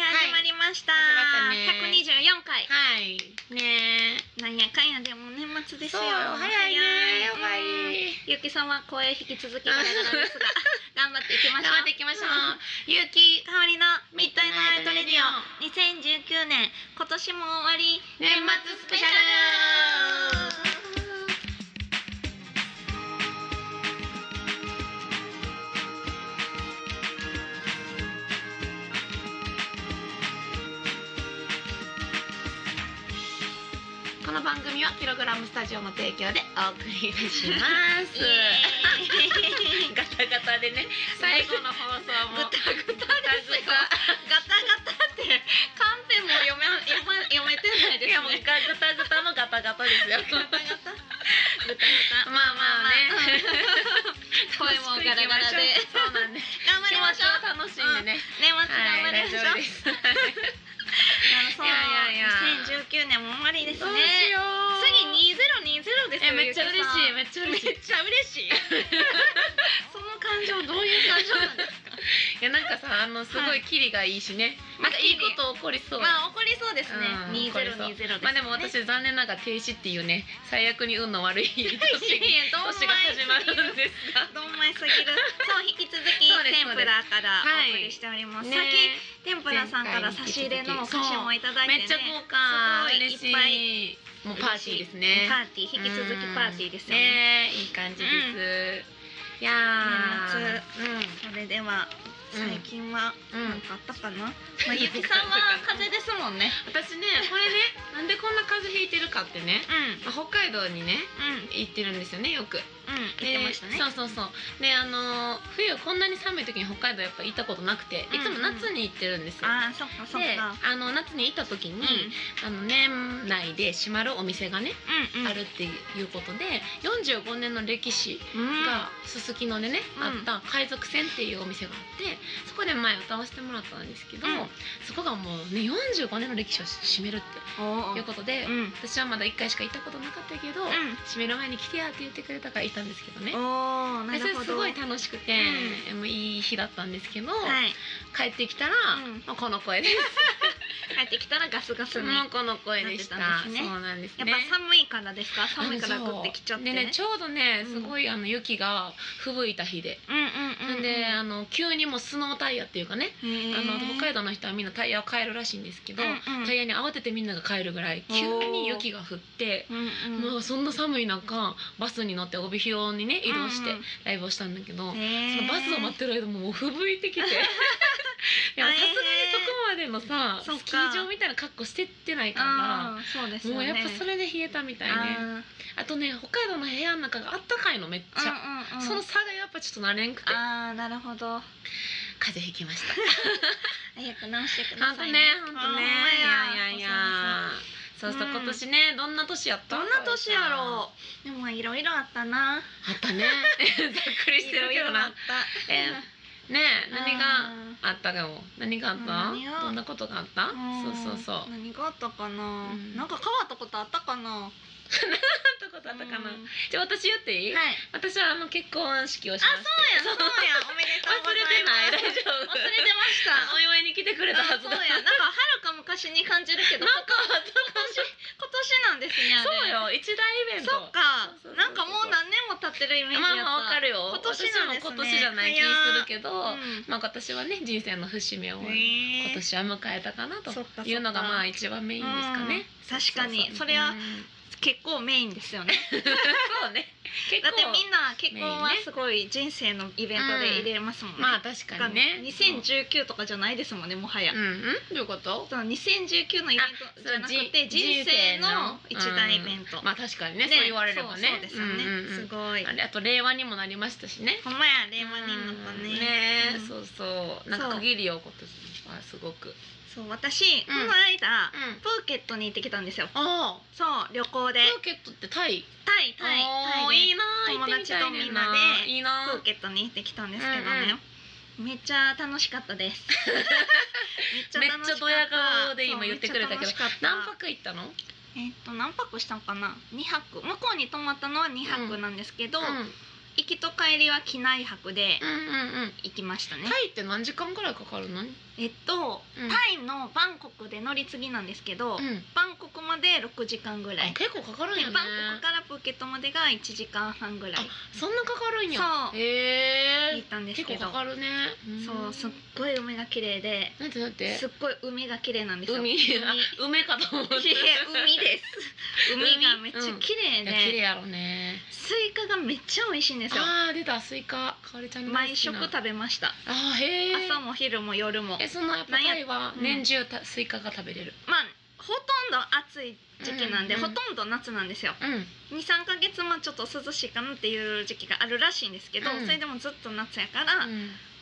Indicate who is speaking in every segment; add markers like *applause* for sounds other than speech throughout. Speaker 1: ました
Speaker 2: 始まったね
Speaker 1: 124回
Speaker 2: はい。
Speaker 1: ねえなんやかんやでも年末ですよ
Speaker 2: そう早いね
Speaker 1: 早
Speaker 2: やば
Speaker 1: うん
Speaker 2: い
Speaker 1: ゆきさんは声引き続きガラガラ
Speaker 2: *laughs*
Speaker 1: ですが頑張っていきましょう
Speaker 2: 頑張っていきましょう
Speaker 1: ゆうきかおりのミッドナイトレディオ
Speaker 2: オ
Speaker 1: 2019年今年も終わり
Speaker 2: 年末スペシャルこの番組はキログラムスタジオの提供でお送りいたします。
Speaker 1: イエーイ
Speaker 2: *laughs* ガタガタでね、最後の放送
Speaker 1: ぐ
Speaker 2: も
Speaker 1: たぐたですよガタガタってカンペも読め読ま読めてないです
Speaker 2: いやもう
Speaker 1: ね
Speaker 2: ガタガタのガタガタですよ。
Speaker 1: ガタガタぐたぐた
Speaker 2: まあまあね。
Speaker 1: 声もガラガラで
Speaker 2: そうなんです。
Speaker 1: 頑張りましょう
Speaker 2: 楽しんでね。
Speaker 1: 年末頑張りましょう、
Speaker 2: はい、大丈夫です。どう
Speaker 1: そう
Speaker 2: いやいやいや
Speaker 1: 2019年も終わりですね
Speaker 2: しよう。
Speaker 1: 次2020です
Speaker 2: え
Speaker 1: よ
Speaker 2: めっちゃ嬉しい、めっちゃ嬉しい。
Speaker 1: めっちゃ嬉しいその感情どういう感情なんですか
Speaker 2: いやなんかさあのすごいキリがいいしね。
Speaker 1: はい
Speaker 2: なんかいいこと起こりそう。
Speaker 1: まあ怒りそうですね
Speaker 2: うん
Speaker 1: 2020ですね
Speaker 2: まあでも私残念ながら停止っていうね最悪に運の
Speaker 1: *laughs*
Speaker 2: 悪い年 *laughs* が
Speaker 1: 年が
Speaker 2: 年が始まるんですが
Speaker 1: どんまいすぎる。そう引き続き
Speaker 2: そうです
Speaker 1: 天ぷらから
Speaker 2: はい
Speaker 1: お送りしております。
Speaker 2: ね
Speaker 1: さっき天ぷらさんから差し入れのお菓子もいただいてね。
Speaker 2: めっちゃ豪華
Speaker 1: すごい
Speaker 2: 嬉しいもうパーティーですね
Speaker 1: パーティー引き続きパーティーですよね。
Speaker 2: ねいい感じです、いやー
Speaker 1: それでは
Speaker 2: うん
Speaker 1: 最近は
Speaker 2: うんうん
Speaker 1: 何かあったかな。まあゆきさんは風邪ですもんね。
Speaker 2: 私ねこれねなんでこんな風邪ひいてるかってね
Speaker 1: う、ん
Speaker 2: まあ、北海道にね
Speaker 1: うんうん
Speaker 2: 行ってるんですよねよく
Speaker 1: 言ってましたね
Speaker 2: で。そうそうそうであのー冬こんなに寒い時に北海道やっぱ行ったことなくていつも夏に行ってるんですよ、
Speaker 1: ああそっかそっ
Speaker 2: で
Speaker 1: か。
Speaker 2: あの夏に行った時に、あの年内で閉まるお店がね、
Speaker 1: うんうん
Speaker 2: あるっていうことで45年の歴史
Speaker 1: うん
Speaker 2: がすすきのでね、
Speaker 1: うん
Speaker 2: あった海賊船っていうお店があってそこで前歌わせてもらったんですけど、
Speaker 1: うん
Speaker 2: そこがもうね45年の歴史を占めるっ
Speaker 1: お
Speaker 2: てい
Speaker 1: ー
Speaker 2: うことで、
Speaker 1: うんうん
Speaker 2: 私はまだ1回しか行ったことなかったけど、閉める前に来てやって言ってくれたから行ったんですけどね。
Speaker 1: おおな
Speaker 2: で
Speaker 1: る
Speaker 2: それ
Speaker 1: ほど。
Speaker 2: すごい楽しくて、もういい日だったんですけど、
Speaker 1: はい。
Speaker 2: 帰ってきたら、
Speaker 1: うん
Speaker 2: まあこの声です。
Speaker 1: 帰ってきたらガスガスに。
Speaker 2: もうこの声でした。
Speaker 1: なってたんですね
Speaker 2: そうなんです
Speaker 1: や
Speaker 2: ね。
Speaker 1: っぱ寒いからですか寒いから
Speaker 2: そう
Speaker 1: 降ってきちゃって
Speaker 2: でねちょうどね
Speaker 1: うん
Speaker 2: すごいあの雪が吹雪いた日で、
Speaker 1: うんうんうんうん
Speaker 2: であの急にもうスノータイヤっていうかね、
Speaker 1: へー
Speaker 2: あの北海道の人はみんなタイヤを変えるらしいんですけど、
Speaker 1: うんうん
Speaker 2: タイヤに慌ててみんなが変えるぐらい急に雪が降って。
Speaker 1: うんうん
Speaker 2: もうそんな寒い中バスに乗って帯広にね移動して
Speaker 1: うんうん
Speaker 2: ライブをしたんだけど、
Speaker 1: へ
Speaker 2: そ
Speaker 1: ー
Speaker 2: のバスを待ってる間ももう吹雪いてきてい
Speaker 1: *laughs*
Speaker 2: やさすがにそこまでのさ
Speaker 1: そっか
Speaker 2: スキー場みたいな格好してってないから
Speaker 1: あーそうですよね
Speaker 2: もうやっぱそれで冷えたみたいね
Speaker 1: あ
Speaker 2: あとね北海道の部屋の中があったかいのめっ
Speaker 1: ー
Speaker 2: ちゃ、
Speaker 1: うんうんうん
Speaker 2: その差がやっぱちょっと慣れんくて
Speaker 1: あーなるほど
Speaker 2: 風邪ひきました
Speaker 1: 早く直してくだ
Speaker 2: 本
Speaker 1: さ
Speaker 2: 当
Speaker 1: い
Speaker 2: ね本当ねいやいやいやそうそう、
Speaker 1: うん
Speaker 2: 今年ねどんな年やった
Speaker 1: どんな年やろうでもいろいろあったな
Speaker 2: あったねざっくりしてるけど
Speaker 1: っ
Speaker 2: な
Speaker 1: た
Speaker 2: えねえ何が
Speaker 1: うん
Speaker 2: あったかも何があった、
Speaker 1: うん何が
Speaker 2: どんなことがあった、
Speaker 1: ん
Speaker 2: そうそうそう
Speaker 1: 何があったかな、
Speaker 2: うん
Speaker 1: なんか変わったことあったかな
Speaker 2: どんなことあったかな、
Speaker 1: うん
Speaker 2: じゃあ私言っていい、
Speaker 1: はい
Speaker 2: 私はあの結婚式をし
Speaker 1: あ、そうやん、そうやん、おめでとうございます。忘れてました。
Speaker 2: ました
Speaker 1: 忘れてました。
Speaker 2: *laughs* お祝いに来てくれたは
Speaker 1: あ、
Speaker 2: ず
Speaker 1: そ
Speaker 2: だ
Speaker 1: うや、なんか遥か昔に感じるけど、
Speaker 2: なんか
Speaker 1: 今年今年なんですね。あれ
Speaker 2: そう。よ一大イベント
Speaker 1: そっか
Speaker 2: そうそうそうそ、う
Speaker 1: なんかもう何年も経ってるイメージ
Speaker 2: まあ
Speaker 1: やった。
Speaker 2: まあわかるよ
Speaker 1: 今年なんですね
Speaker 2: 私はもう今年じゃない気するけど、
Speaker 1: うん。
Speaker 2: まあ今年はね人生の節目を今
Speaker 1: 今
Speaker 2: 年は迎えたかなと
Speaker 1: そっかそっか
Speaker 2: いうのがまあ一番メインですかね、
Speaker 1: うん確かに
Speaker 2: ううう
Speaker 1: それは
Speaker 2: うん
Speaker 1: 結構メインですよね。
Speaker 2: そうね結
Speaker 1: だ
Speaker 2: 構
Speaker 1: ってみんな結婚は
Speaker 2: メインね
Speaker 1: すごい人生のイベントで入れますもんね。
Speaker 2: まあ確かにね
Speaker 1: 2019とかじゃないですもんね、もはや
Speaker 2: うん。うんどういうこと
Speaker 1: その2019のイベントじゃなくて人生の一大イベント。
Speaker 2: まあ確かにねそう言われればね
Speaker 1: そうそうですよね。
Speaker 2: うんうんうん
Speaker 1: すごい。
Speaker 2: あれあと令和にもなりましたしね
Speaker 1: ほんまや令和になった
Speaker 2: うん
Speaker 1: ね。
Speaker 2: え
Speaker 1: うん
Speaker 2: そうそうなんか区切りを今年はすごく
Speaker 1: そう私この間
Speaker 2: うん
Speaker 1: プーケットに行ってきたんですよ。
Speaker 2: ああ
Speaker 1: そう旅行で
Speaker 2: プーケットってタイ
Speaker 1: タイタイ
Speaker 2: お
Speaker 1: タ
Speaker 2: ー
Speaker 1: イ
Speaker 2: い
Speaker 1: で
Speaker 2: いなー行ってみたいね
Speaker 1: 友達とみ
Speaker 2: んな
Speaker 1: んなで
Speaker 2: いいな
Speaker 1: プ
Speaker 2: ー
Speaker 1: ーケットに行ってきたんですけど
Speaker 2: うん
Speaker 1: ね。めっちゃ楽しかった
Speaker 2: *laughs*
Speaker 1: です。めっちゃ
Speaker 2: めっ
Speaker 1: 楽し
Speaker 2: ち
Speaker 1: か
Speaker 2: ゃ
Speaker 1: った。
Speaker 2: ドヤ顔で今
Speaker 1: そう
Speaker 2: 言ってくれた
Speaker 1: め
Speaker 2: け
Speaker 1: っ
Speaker 2: ど
Speaker 1: ちゃ楽しかった
Speaker 2: 何泊行ったの
Speaker 1: えっと何泊したんかな？二泊。向こうに泊まったのは二泊なんですけど、
Speaker 2: うん
Speaker 1: 行きと帰りは機内泊で
Speaker 2: うんうんうん
Speaker 1: 行きましたね。
Speaker 2: タイって何時間ぐらいかかるの
Speaker 1: えっと、
Speaker 2: うん
Speaker 1: タイのバンコクで乗り継ぎなんですけど、
Speaker 2: うん
Speaker 1: バンコクまで6時間ぐらい
Speaker 2: あ結構かかるん
Speaker 1: で
Speaker 2: やね
Speaker 1: バンコクからプーケットまでが1時間半ぐらい
Speaker 2: あそんなかかるんや
Speaker 1: そう
Speaker 2: へ
Speaker 1: 行
Speaker 2: え
Speaker 1: ったんです
Speaker 2: 結
Speaker 1: けど
Speaker 2: 構かかるねん
Speaker 1: そうすっごい海が綺麗で
Speaker 2: なんてなんて
Speaker 1: すっごい海が綺麗なんですよ
Speaker 2: 海
Speaker 1: 海
Speaker 2: あ *laughs* 梅かと思って
Speaker 1: いや海です海がめっちゃ綺麗
Speaker 2: い
Speaker 1: で
Speaker 2: や、綺麗やろね
Speaker 1: スイカがめっちゃ美味しいんですよ
Speaker 2: あー出たスイカかおりちゃんの大好
Speaker 1: 毎
Speaker 2: きな
Speaker 1: 食食べました
Speaker 2: あーへえ
Speaker 1: 朝も昼も夜も
Speaker 2: えそのやっぱ
Speaker 1: なんや
Speaker 2: タイは
Speaker 1: うん
Speaker 2: 年中たスイカが食べれる
Speaker 1: まあほとんど暑い時期なんで、
Speaker 2: うんうん
Speaker 1: ほとんど夏なんですよ
Speaker 2: うん
Speaker 1: 23ヶ月まあちょっと涼しいかなっていう時期があるらしいんですけど、
Speaker 2: うん
Speaker 1: それでもずっと夏やから、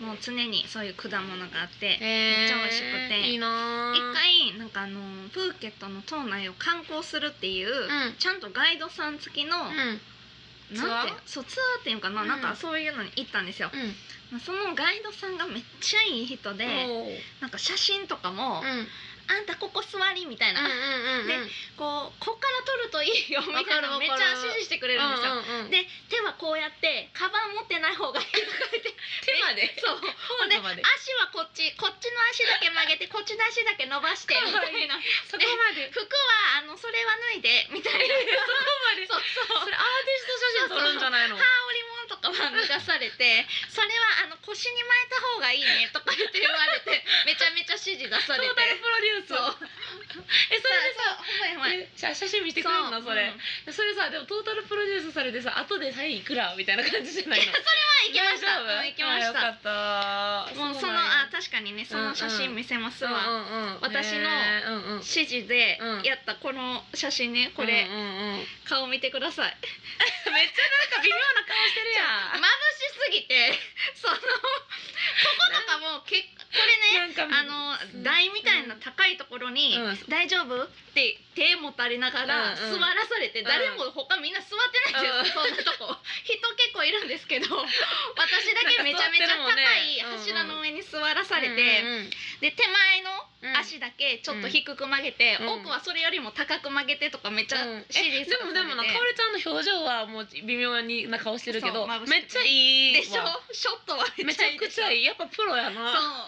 Speaker 1: もう常にそういう果物があって、
Speaker 2: め
Speaker 1: っちゃ美味しくて
Speaker 2: いいなー
Speaker 1: 一回なんかあのプーケットの島内を観光するっていう、
Speaker 2: うん
Speaker 1: ちゃんとガイドさん付きの、
Speaker 2: うん
Speaker 1: なんて
Speaker 2: ツアー
Speaker 1: そうツアーっていうかな,、
Speaker 2: うん
Speaker 1: なんかそういうのに行ったんですよ、
Speaker 2: うん
Speaker 1: まあそのガイドさんがめっちゃいい人で、
Speaker 2: おー
Speaker 1: なんか写真とか
Speaker 2: う
Speaker 1: も「
Speaker 2: んうんうん
Speaker 1: あんたここ座り」みたいな、
Speaker 2: うんうん
Speaker 1: でこうこっから撮るといいよみたいなの
Speaker 2: わかるわかる
Speaker 1: めっちゃ指示してくれるんですよ、
Speaker 2: うんうんうん
Speaker 1: で手はこうやってカバン持ってない方がいいとか言って
Speaker 2: 手まで
Speaker 1: そうほんで
Speaker 2: コードまで
Speaker 1: 足はこっちこっちの足だけ曲げてこっちの足だけ伸ばしてみ
Speaker 2: かわ
Speaker 1: た
Speaker 2: いい
Speaker 1: いな
Speaker 2: そこまで
Speaker 1: 服はあのそれは脱いでみたいなそうそう
Speaker 2: それアーティスト写真撮るんじゃないの
Speaker 1: 羽織物とかは脱がされてそれはあの腰に巻いた方がいいねとか言って言われてめちゃめちゃ指示出されて
Speaker 2: プロ
Speaker 1: そう
Speaker 2: えそれでさ
Speaker 1: ほんまやほんまや
Speaker 2: え写写真見てくれるのそれ
Speaker 1: うん
Speaker 2: それさでもトータルプロデュースされてさ後でタイいくらみたいな感じじゃないの
Speaker 1: はい行きました
Speaker 2: 大丈
Speaker 1: う
Speaker 2: 夫
Speaker 1: ん行きましたもう
Speaker 2: あよかった
Speaker 1: そのあ確かにねその写真見せますわ、
Speaker 2: は
Speaker 1: 私の
Speaker 2: うんうん
Speaker 1: 指示で
Speaker 2: うん
Speaker 1: やったこの写真ねこれ、
Speaker 2: うんうんうん
Speaker 1: 顔見てください
Speaker 2: めっちゃなんか微妙な顔してる
Speaker 1: 眩
Speaker 2: やん
Speaker 1: しすぎて *laughs* そのこことかもけこれね
Speaker 2: なんか
Speaker 1: あの台みたいな高いところに
Speaker 2: うん
Speaker 1: 「大丈夫?」って手持たれながら
Speaker 2: うん
Speaker 1: 座
Speaker 2: うん
Speaker 1: らされて
Speaker 2: ん
Speaker 1: 誰も他みんな座ってないんですよそんなとこ人結構いるんです
Speaker 2: *laughs*
Speaker 1: けど私だけめちゃめちゃ高い
Speaker 2: なんか座ってるもんね
Speaker 1: 柱の上に座らされて
Speaker 2: うんうんうん
Speaker 1: で手前の
Speaker 2: うん
Speaker 1: 足だけちょっと低く曲げて、
Speaker 2: うん
Speaker 1: 奥はそれよりも高く曲げてとかめっちゃ
Speaker 2: うんえ
Speaker 1: 指示
Speaker 2: でもでもなかお
Speaker 1: れ
Speaker 2: りちゃんの表情はもう微妙にな顔してるけ
Speaker 1: そ
Speaker 2: ど
Speaker 1: う眩しくて
Speaker 2: めっちゃいいわ
Speaker 1: でしょショットは
Speaker 2: めちゃくちゃ
Speaker 1: いい
Speaker 2: いいやっぱプロや
Speaker 1: そう
Speaker 2: な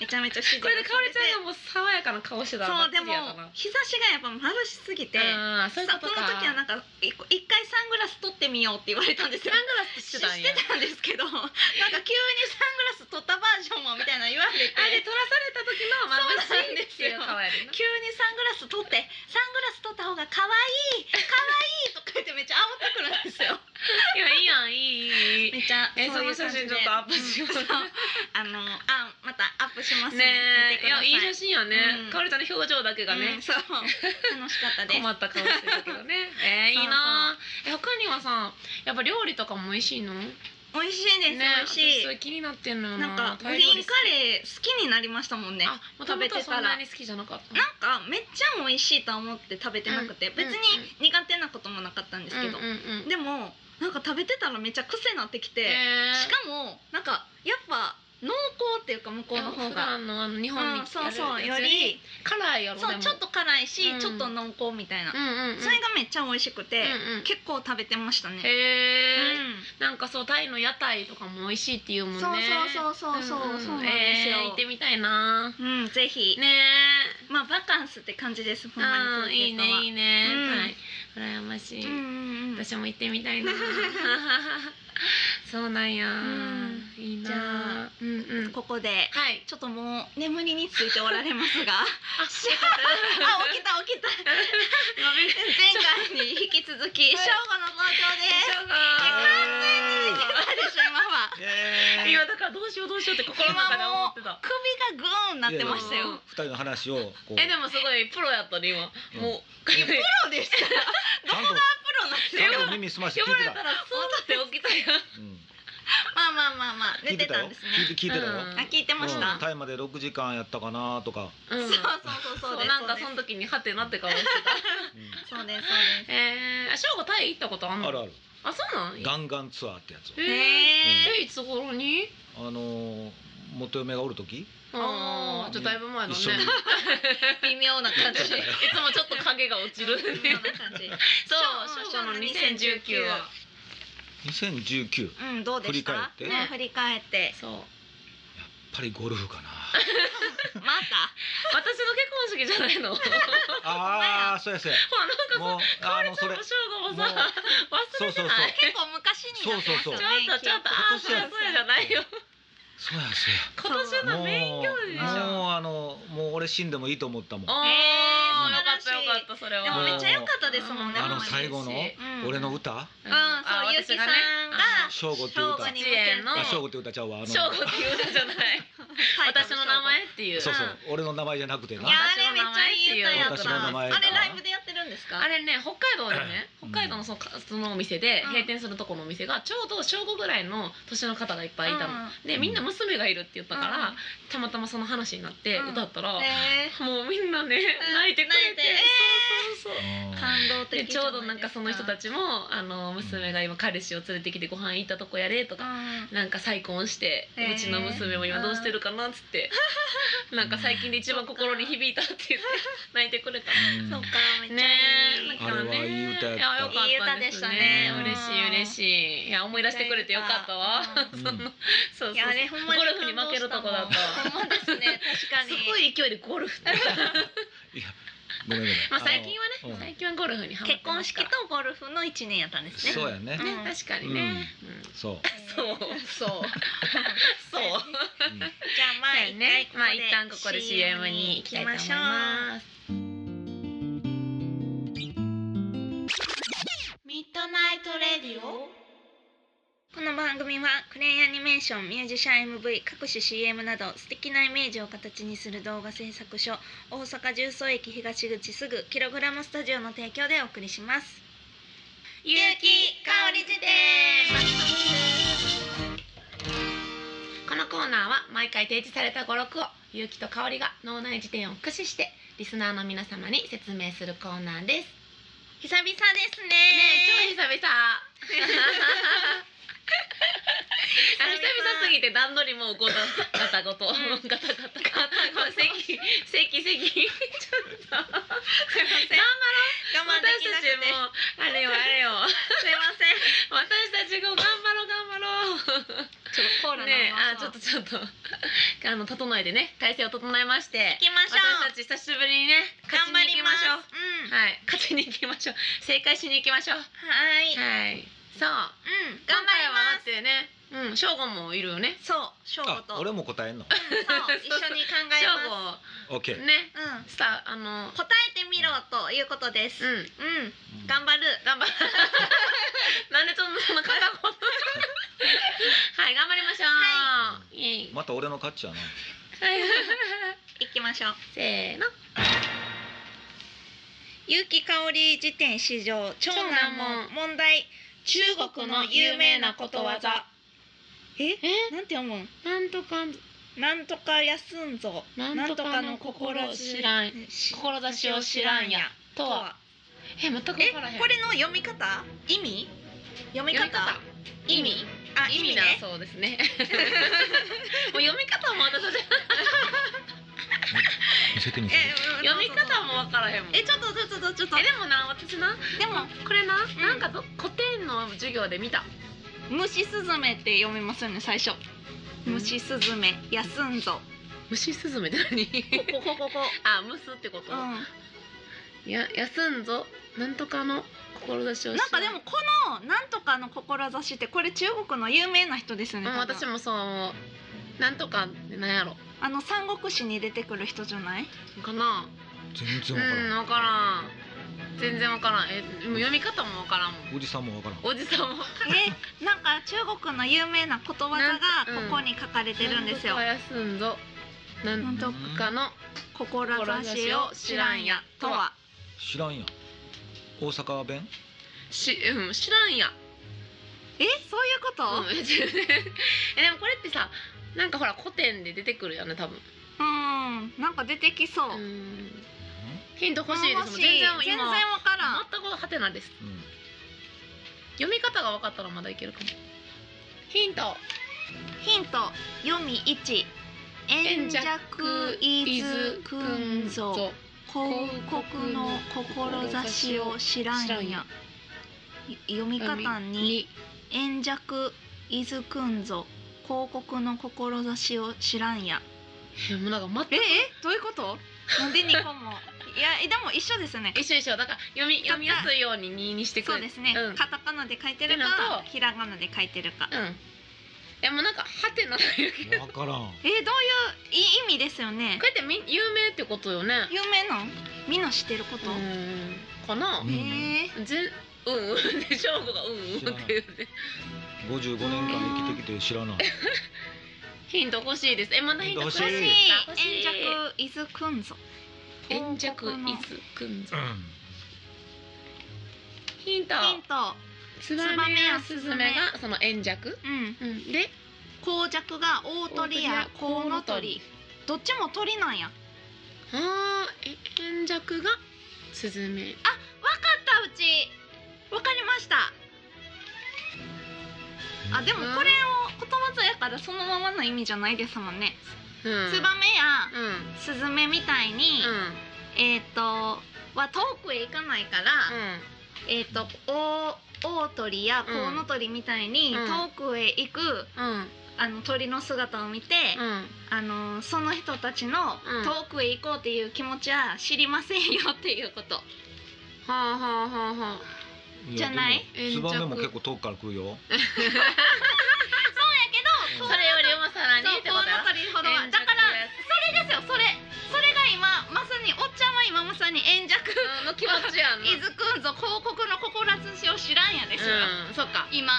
Speaker 1: めちゃめちゃ指示
Speaker 2: これでかおりちゃ
Speaker 1: ん
Speaker 2: んがもう爽やかな顔してたら
Speaker 1: そうで
Speaker 2: バッチリやった
Speaker 1: も
Speaker 2: な
Speaker 1: 日差しがやっぱ眩しすぎて
Speaker 2: あーそういう
Speaker 1: さ
Speaker 2: こ
Speaker 1: ことの
Speaker 2: か
Speaker 1: 時はなんか一個一回サングラス取ってみようって言われたんですよ
Speaker 2: サングラスし
Speaker 1: してて
Speaker 2: たんや
Speaker 1: たんですけどなんか急にサングラス取ったバージョンもみたいな言われて
Speaker 2: あれ取らされた時の
Speaker 1: そう
Speaker 2: 眩
Speaker 1: な
Speaker 2: しい
Speaker 1: んです
Speaker 2: ってい
Speaker 1: よ
Speaker 2: う顔やでな
Speaker 1: 急にサングラス取ってサングラス取った方が可愛い可愛いとか言ってめっちゃ煽ってくるんですよ
Speaker 2: いやいいやんいいいい
Speaker 1: めっちゃ
Speaker 2: え
Speaker 1: ういう
Speaker 2: その写
Speaker 1: 感じ
Speaker 2: 真
Speaker 1: で
Speaker 2: ちょっとアップしよう
Speaker 1: そうあのあまたアップしますね
Speaker 2: ねえいやいい写
Speaker 1: 真
Speaker 2: 真やね
Speaker 1: うん
Speaker 2: かおりちゃんの表情だけがね
Speaker 1: そう楽しかったです
Speaker 2: 困った顔してたけどねえー、いいなーえ他にはさやっぱ料理とかも美味しいのね
Speaker 1: 美味しいです、美
Speaker 2: 私
Speaker 1: 味し
Speaker 2: それ気になってんのよ
Speaker 1: い
Speaker 2: な
Speaker 1: なんかグ
Speaker 2: タイ
Speaker 1: リ
Speaker 2: 料
Speaker 1: ー
Speaker 2: 理
Speaker 1: ンカレー好きになりましたもんね
Speaker 2: あもともとはそんなに好きじゃなかったの
Speaker 1: なんかめっちゃ美味しいとは思って食べてなくて、
Speaker 2: うん
Speaker 1: 別に苦手なこともなかったんですけど、
Speaker 2: うんうんうん
Speaker 1: でもなんか食べてたらめっちゃ癖になってきて、
Speaker 2: えー
Speaker 1: しかもなんかやっぱ濃厚っていうか向こうの方
Speaker 2: 普
Speaker 1: が、
Speaker 2: 段のあの日本に
Speaker 1: う
Speaker 2: や
Speaker 1: ん、
Speaker 2: る
Speaker 1: そうそうよ
Speaker 2: やつ
Speaker 1: り
Speaker 2: 辛いやろ
Speaker 1: そうちょっと辛いし、
Speaker 2: うん
Speaker 1: ちょっと濃厚みたいな、
Speaker 2: うんうんうん
Speaker 1: それがめっちゃ美味しくて、
Speaker 2: うんうん
Speaker 1: 結構食べてましたね、
Speaker 2: へえ、
Speaker 1: うん
Speaker 2: なんかそうタイの屋台とかも美味しいっていうもんね
Speaker 1: そうそうそうそうそうそうなんですよ
Speaker 2: えー行ってみたいな
Speaker 1: うん、ぜひ、
Speaker 2: ねえ
Speaker 1: まあバカンスって感じですほんま
Speaker 2: あ
Speaker 1: に
Speaker 2: いいねいいね、
Speaker 1: うん
Speaker 2: はい羨ましい、
Speaker 1: うんうんうん
Speaker 2: 私も行ってみた
Speaker 1: *laughs*
Speaker 2: いなそうなんや、
Speaker 1: ん
Speaker 2: いいな
Speaker 1: じゃ
Speaker 2: うんうん
Speaker 1: ここで
Speaker 2: はい
Speaker 1: ちょっともう眠りについておられます
Speaker 2: *laughs*
Speaker 1: があ
Speaker 2: あしゃ
Speaker 1: 起きた起きた前回に引き続き
Speaker 2: い
Speaker 1: 正午の登場です
Speaker 3: イ
Speaker 1: あれでしょ今は
Speaker 3: エーイ
Speaker 2: 今だからどうしようどうしようって心の中で思ってた
Speaker 1: 首がグーンなってました
Speaker 2: いやい
Speaker 1: よ
Speaker 2: や
Speaker 3: 二人の話をこう
Speaker 2: えでもすごいプロやったね今
Speaker 3: うん
Speaker 2: もう
Speaker 1: *laughs* プロですから
Speaker 3: ちゃんと
Speaker 1: プロなんです
Speaker 3: ちゃん
Speaker 1: よ
Speaker 3: と耳澄まして
Speaker 2: 呼
Speaker 3: 聞
Speaker 2: ば
Speaker 3: い
Speaker 2: れ
Speaker 3: て
Speaker 2: た
Speaker 3: た。
Speaker 2: らそうって起きたやん
Speaker 3: うん
Speaker 1: まあまあまあまあ
Speaker 3: 聞
Speaker 1: 寝
Speaker 3: い
Speaker 1: て
Speaker 3: てた
Speaker 1: た
Speaker 3: よ。
Speaker 1: んです
Speaker 3: 聞い
Speaker 1: ね
Speaker 3: て聞いてたよ。
Speaker 2: うん
Speaker 1: あ聞いてまし
Speaker 3: うん
Speaker 1: た
Speaker 3: タイまで六時間やったかなとか。
Speaker 1: そうそうそうそうで
Speaker 2: そう
Speaker 1: す
Speaker 2: なんかその時にハテナって顔してた
Speaker 3: うん
Speaker 1: そうですそうです
Speaker 2: えー、あ翔吾タイ行ったことあんの
Speaker 3: あるある。
Speaker 2: あそうなん
Speaker 3: ガンガンツアーってやつ
Speaker 2: えー、
Speaker 1: へー
Speaker 2: えいつ頃に
Speaker 3: を。あのー元嫁がおる時。
Speaker 2: あ
Speaker 1: あ
Speaker 2: あ
Speaker 1: ー
Speaker 2: じゃあだいぶ前だね
Speaker 3: 一緒に
Speaker 1: 微妙な感じ
Speaker 2: 私いつもちょっと影が落
Speaker 1: *laughs*
Speaker 2: ちる
Speaker 1: 微妙な感じ
Speaker 2: そう翔吾の2019は
Speaker 3: 二千十九。やっ
Speaker 1: うんどうでした
Speaker 3: 振り返って
Speaker 1: ね振り返って
Speaker 2: そう
Speaker 3: ぱりゴルフかな。
Speaker 1: また
Speaker 2: 私の結婚式じゃないのほ
Speaker 3: ああそうやそうや
Speaker 2: らなんか
Speaker 3: もうあのそれ
Speaker 2: お正午もさ
Speaker 3: もう
Speaker 2: 忘れて
Speaker 3: そうそうそう
Speaker 2: ない
Speaker 1: 結構昔にやってます
Speaker 3: そうそう
Speaker 1: よ
Speaker 2: ち
Speaker 3: そう
Speaker 1: ね
Speaker 2: ょっとちょっとあーそうやそうやじゃないよ
Speaker 3: そうや
Speaker 2: 今年
Speaker 3: そうや
Speaker 2: のメイン行事でし
Speaker 3: もう
Speaker 2: ょ
Speaker 3: もうあのもう俺死んでもいいと思ったもん
Speaker 2: あ
Speaker 1: えー
Speaker 2: ーよかったよかったそれは
Speaker 1: でもめっちゃ良かったですもんね
Speaker 3: あの
Speaker 1: 本当に
Speaker 3: 最後の
Speaker 1: うん
Speaker 3: 俺の歌
Speaker 1: うんそうゆきさんが
Speaker 3: 私がねあの
Speaker 1: 正午に向けて
Speaker 2: あ
Speaker 3: あ
Speaker 2: 正午
Speaker 3: 翔吾って歌ちゃうわあの
Speaker 2: 正午っていう歌じゃ
Speaker 1: *laughs*
Speaker 2: ない私の名前っていう
Speaker 3: そうそう俺の名前じゃなくて
Speaker 1: い
Speaker 3: な
Speaker 1: やあれめっちゃいい歌やった
Speaker 3: 私の名前
Speaker 1: あれライブでやってるんですか
Speaker 2: あれね北海道でね
Speaker 3: う
Speaker 2: 北海
Speaker 3: ん
Speaker 2: 道のそのそのお店で
Speaker 1: うん
Speaker 2: 閉店するとこのお店がちょうど正午ぐらいの年の方がいっぱいいたの、でみんな娘がいるって言ったから、
Speaker 1: うん
Speaker 2: たまたまその話になって
Speaker 1: うん
Speaker 2: 歌ったら、
Speaker 1: え
Speaker 2: もうみんなね、
Speaker 1: ん
Speaker 2: 泣いてくれ
Speaker 1: 泣いて
Speaker 2: て
Speaker 1: え
Speaker 2: そうそうそう
Speaker 3: うん
Speaker 1: ー感動
Speaker 2: で
Speaker 1: 的
Speaker 2: ちょうどなんかその人た
Speaker 1: ち
Speaker 2: ちもあの娘が今彼氏を連れてきてご飯行ったとこやれとか、なんか再婚して、
Speaker 1: へー
Speaker 2: うちの娘も今どうしてるかなっ
Speaker 1: *laughs*
Speaker 2: つって、なんか最近で一番心に響いたって言って泣いてくれた。
Speaker 3: うん
Speaker 1: そうかめっちゃいい
Speaker 2: ねえ、
Speaker 3: あれはいい歌やった
Speaker 2: や良かったです
Speaker 1: いい歌でし
Speaker 2: ね
Speaker 1: たね
Speaker 2: 嬉しい嬉しい。いや思い出してくれてよかったわ。
Speaker 1: う
Speaker 2: そ
Speaker 3: ん
Speaker 2: のそうそう
Speaker 1: いやあれほんまに
Speaker 2: ゴルフに負けるとこだったわ。
Speaker 1: ほんまですね確かに
Speaker 2: すごい勢いでゴルフ。
Speaker 3: いやごめんごめん
Speaker 2: まあ最近
Speaker 3: あ
Speaker 2: は
Speaker 3: の
Speaker 2: ね
Speaker 3: うん
Speaker 2: 最近はゴルフにハマっ
Speaker 1: 結
Speaker 2: てま
Speaker 1: 婚
Speaker 2: す
Speaker 1: 式
Speaker 2: か
Speaker 1: と
Speaker 2: ら。
Speaker 1: ゴルフの一年やったんですね
Speaker 3: そうやね
Speaker 1: うん
Speaker 2: ね確かにね。
Speaker 3: そう
Speaker 2: うん
Speaker 1: そう
Speaker 2: そうそうそう
Speaker 1: *laughs*
Speaker 2: う。
Speaker 3: うん
Speaker 1: じゃあまあ一回こ
Speaker 2: ね
Speaker 1: こ。で
Speaker 2: まあ一旦ここで CM に行きたいと思い
Speaker 1: 行きましょう
Speaker 2: ます。
Speaker 1: ミッドナイトレディオこの番組はクレイアニメーションミュージシャン MV 各種 CM など素敵なイメージを形にする動画制作所大阪十三駅東口すぐキログラムスタジオの提供でお送りしますゆうきかおり辞典
Speaker 2: このコーナーは毎回提示された語録を勇気と香りが脳内辞典を駆使してリスナーの皆様に説明するコーナーです。
Speaker 1: 久々ですね
Speaker 2: ねえ超久々 *laughs* あの久々すぎて段取りもうごたガタゴトガ
Speaker 1: ん
Speaker 2: タガタガタゴト席席席ち *laughs* ょ
Speaker 1: す
Speaker 2: っと
Speaker 1: いません我慢で
Speaker 2: 私
Speaker 1: きな
Speaker 2: た
Speaker 1: くて
Speaker 2: ちもあれよあれよ
Speaker 1: *laughs* すいません
Speaker 2: 私たちが頑張ろう頑張ろう
Speaker 1: ちょっとコーラ飲み
Speaker 2: ねえ
Speaker 1: ま
Speaker 2: あ
Speaker 1: し
Speaker 2: ちょ
Speaker 1: ょう
Speaker 2: っとちょっとあの整えてね体勢を整えまして
Speaker 1: 行きましょう
Speaker 2: 私たち久しぶりにね勝ち
Speaker 1: 頑張
Speaker 2: に行
Speaker 1: り
Speaker 2: き
Speaker 1: ま
Speaker 2: ま
Speaker 1: し
Speaker 2: し
Speaker 1: ょ
Speaker 2: ょ
Speaker 1: う
Speaker 2: う
Speaker 1: うん
Speaker 2: はい勝ちに行きましょう正解しに行きましょう
Speaker 1: はい
Speaker 2: はいそう
Speaker 1: うん
Speaker 2: 今
Speaker 1: 頑張
Speaker 2: 回
Speaker 1: り
Speaker 2: は
Speaker 1: ま
Speaker 2: だっ
Speaker 1: す
Speaker 2: てねうん翔吾もいるよね
Speaker 1: そう翔吾と
Speaker 3: あ俺も答えんの
Speaker 1: そう一緒に考え
Speaker 2: 翔
Speaker 1: ます。
Speaker 3: OK
Speaker 2: ね
Speaker 1: うん、
Speaker 2: さああの
Speaker 1: 答えてみろということです。
Speaker 2: う
Speaker 1: うん、
Speaker 2: ん
Speaker 1: 頑張る。
Speaker 2: 頑張なんでそんな *laughs* そんな片言はい頑張りましょう、
Speaker 1: は
Speaker 2: イエイ
Speaker 3: また俺の勝ち
Speaker 2: *laughs*
Speaker 3: やな
Speaker 1: 行きましょう。
Speaker 2: せーの
Speaker 1: 有機香り辞典史上長難問問題。中国の有名なことわざ。え、
Speaker 2: え
Speaker 1: なんて読むん？
Speaker 2: なんとか
Speaker 1: なんとか休んぞ。
Speaker 2: なんとかの心を知らん
Speaker 1: し
Speaker 2: 志を知らんやと
Speaker 1: と
Speaker 2: は
Speaker 1: は。
Speaker 2: え全く分
Speaker 1: え
Speaker 2: からへん、
Speaker 1: これの読み方？意味？読み方？
Speaker 2: 読み方
Speaker 1: 意
Speaker 2: 意
Speaker 1: 味
Speaker 2: 味
Speaker 1: あ、
Speaker 2: 意味
Speaker 1: ね
Speaker 2: な。そうですねもう読み方も私たち
Speaker 3: 見せてみせて
Speaker 1: え、
Speaker 2: 読み方。も分からへんもん
Speaker 1: え、ちょっとちょっとちょっとちょっと
Speaker 2: え。でもな私な
Speaker 1: でも
Speaker 2: これな、
Speaker 1: ん
Speaker 2: なんかど古典の授業で見た
Speaker 1: 虫スズメって読みますよね最初虫スズメ休んぞ
Speaker 2: 虫スズメって何 *laughs*
Speaker 1: こここここ
Speaker 2: あ蒸すってこと、
Speaker 1: うん、なん
Speaker 2: や休んぞなんとかの志をし
Speaker 1: かでもこの「なんとかの志」ってこれ中国の有名な人ですよ
Speaker 2: う
Speaker 1: ね、
Speaker 2: ん
Speaker 1: 多分
Speaker 2: 私もそう思うなんとかなんやろ
Speaker 1: あの三国志に出てくる人じゃ *laughs* ない
Speaker 2: かな
Speaker 3: 全
Speaker 2: うん
Speaker 3: 然わからん
Speaker 2: 分からん全然分からんえもう読み方も分からんもん
Speaker 3: おじさんもわからん
Speaker 2: おじさんも
Speaker 1: えなんか中国の有名なことわざ
Speaker 2: な
Speaker 1: が
Speaker 2: ん
Speaker 1: ここに書かれてるんですよ
Speaker 2: なんとか休んぞなんとかの
Speaker 1: 「志を知らんや」とは
Speaker 3: 知らんやん大阪弁
Speaker 2: し、うん、知らんや
Speaker 1: えそういうこと、
Speaker 2: うんえ *laughs* でもこれってさなんかほら古典で出てくるよね多分
Speaker 1: うん、なんか出てきそう、
Speaker 2: うんヒント欲しいですもん
Speaker 1: もし
Speaker 2: 全然今
Speaker 1: 全然わからん
Speaker 2: 全くハテナです
Speaker 3: うんうん
Speaker 2: 読み方が分かったらまだいけるかもヒント
Speaker 1: ヒント読み1円弱いずくんぞ広告の志を知らんやい読み方に円弱いずくんぞ広告の志を知らんや
Speaker 2: いやもうなんかま
Speaker 1: ええどういうことなんで二個もいやえでも一緒ですね
Speaker 2: 一緒一緒だから読み読みやすいように二にしてく
Speaker 1: そうですね、
Speaker 2: うん、うん、
Speaker 1: カタカナで書いてる
Speaker 2: っての
Speaker 1: か
Speaker 2: と
Speaker 1: ひらがなで書いてるか、
Speaker 2: でもうなんかハテナだけど
Speaker 3: わからん
Speaker 1: えーどういういい意味ですよね
Speaker 2: こうやってみ有名ってことよね
Speaker 1: 有名なんみんな知ってること、
Speaker 2: うんかな
Speaker 3: うん
Speaker 1: えー
Speaker 2: ぜうんうんで勝負がうんうんって
Speaker 3: 知らない
Speaker 2: 言うて
Speaker 3: 55年間生きてきて知らない
Speaker 2: ヒント欲しいですえまだヒント
Speaker 3: 欲
Speaker 1: 欲しい
Speaker 2: 欲しい
Speaker 1: 円尺伊豆くんぞ
Speaker 2: 円弱
Speaker 1: 王国の
Speaker 2: 伊豆くんぞ
Speaker 3: うん
Speaker 2: ヒント
Speaker 1: ヒント
Speaker 2: ツバメやスズメがその円弱
Speaker 1: うん
Speaker 2: うんで
Speaker 1: 紅雀が大鳥やコウノトリどっちも鳥なんやわ
Speaker 2: あーえ円弱がスズメ
Speaker 1: かったうちわかりましたあでもこれをことわざやからそのままの意味じゃないですもんね
Speaker 2: うん
Speaker 1: ツバメや
Speaker 2: うん
Speaker 1: スズメみたいに、
Speaker 2: う
Speaker 1: えっ、とは遠くへ行かないから、
Speaker 2: ん
Speaker 1: えっ、と大大鳥やコウノトリみたいに
Speaker 2: うん
Speaker 1: 遠くへ行く、
Speaker 2: うん
Speaker 1: あの鳥の姿を見て、
Speaker 2: うん
Speaker 1: あのその人たちの
Speaker 2: うん
Speaker 1: 遠くへ行こうっていう気持ちは知りませんよっていうこと、
Speaker 2: はあはあはあはあ
Speaker 3: いや
Speaker 1: じゃない
Speaker 3: でもツバメも結構遠くから来るよ
Speaker 1: そうやけど、
Speaker 2: それよりもさらに
Speaker 1: そう
Speaker 2: ってこ
Speaker 1: コ
Speaker 2: と
Speaker 1: ウノ
Speaker 2: や
Speaker 1: トリほどはだからそれですよそれそれが今まさにおっちゃんは今まさに円弱
Speaker 2: うんの気持ちやんな
Speaker 1: 伊豆くんぞ広告の心しを知らんやですよ、
Speaker 2: うんそっか
Speaker 1: 今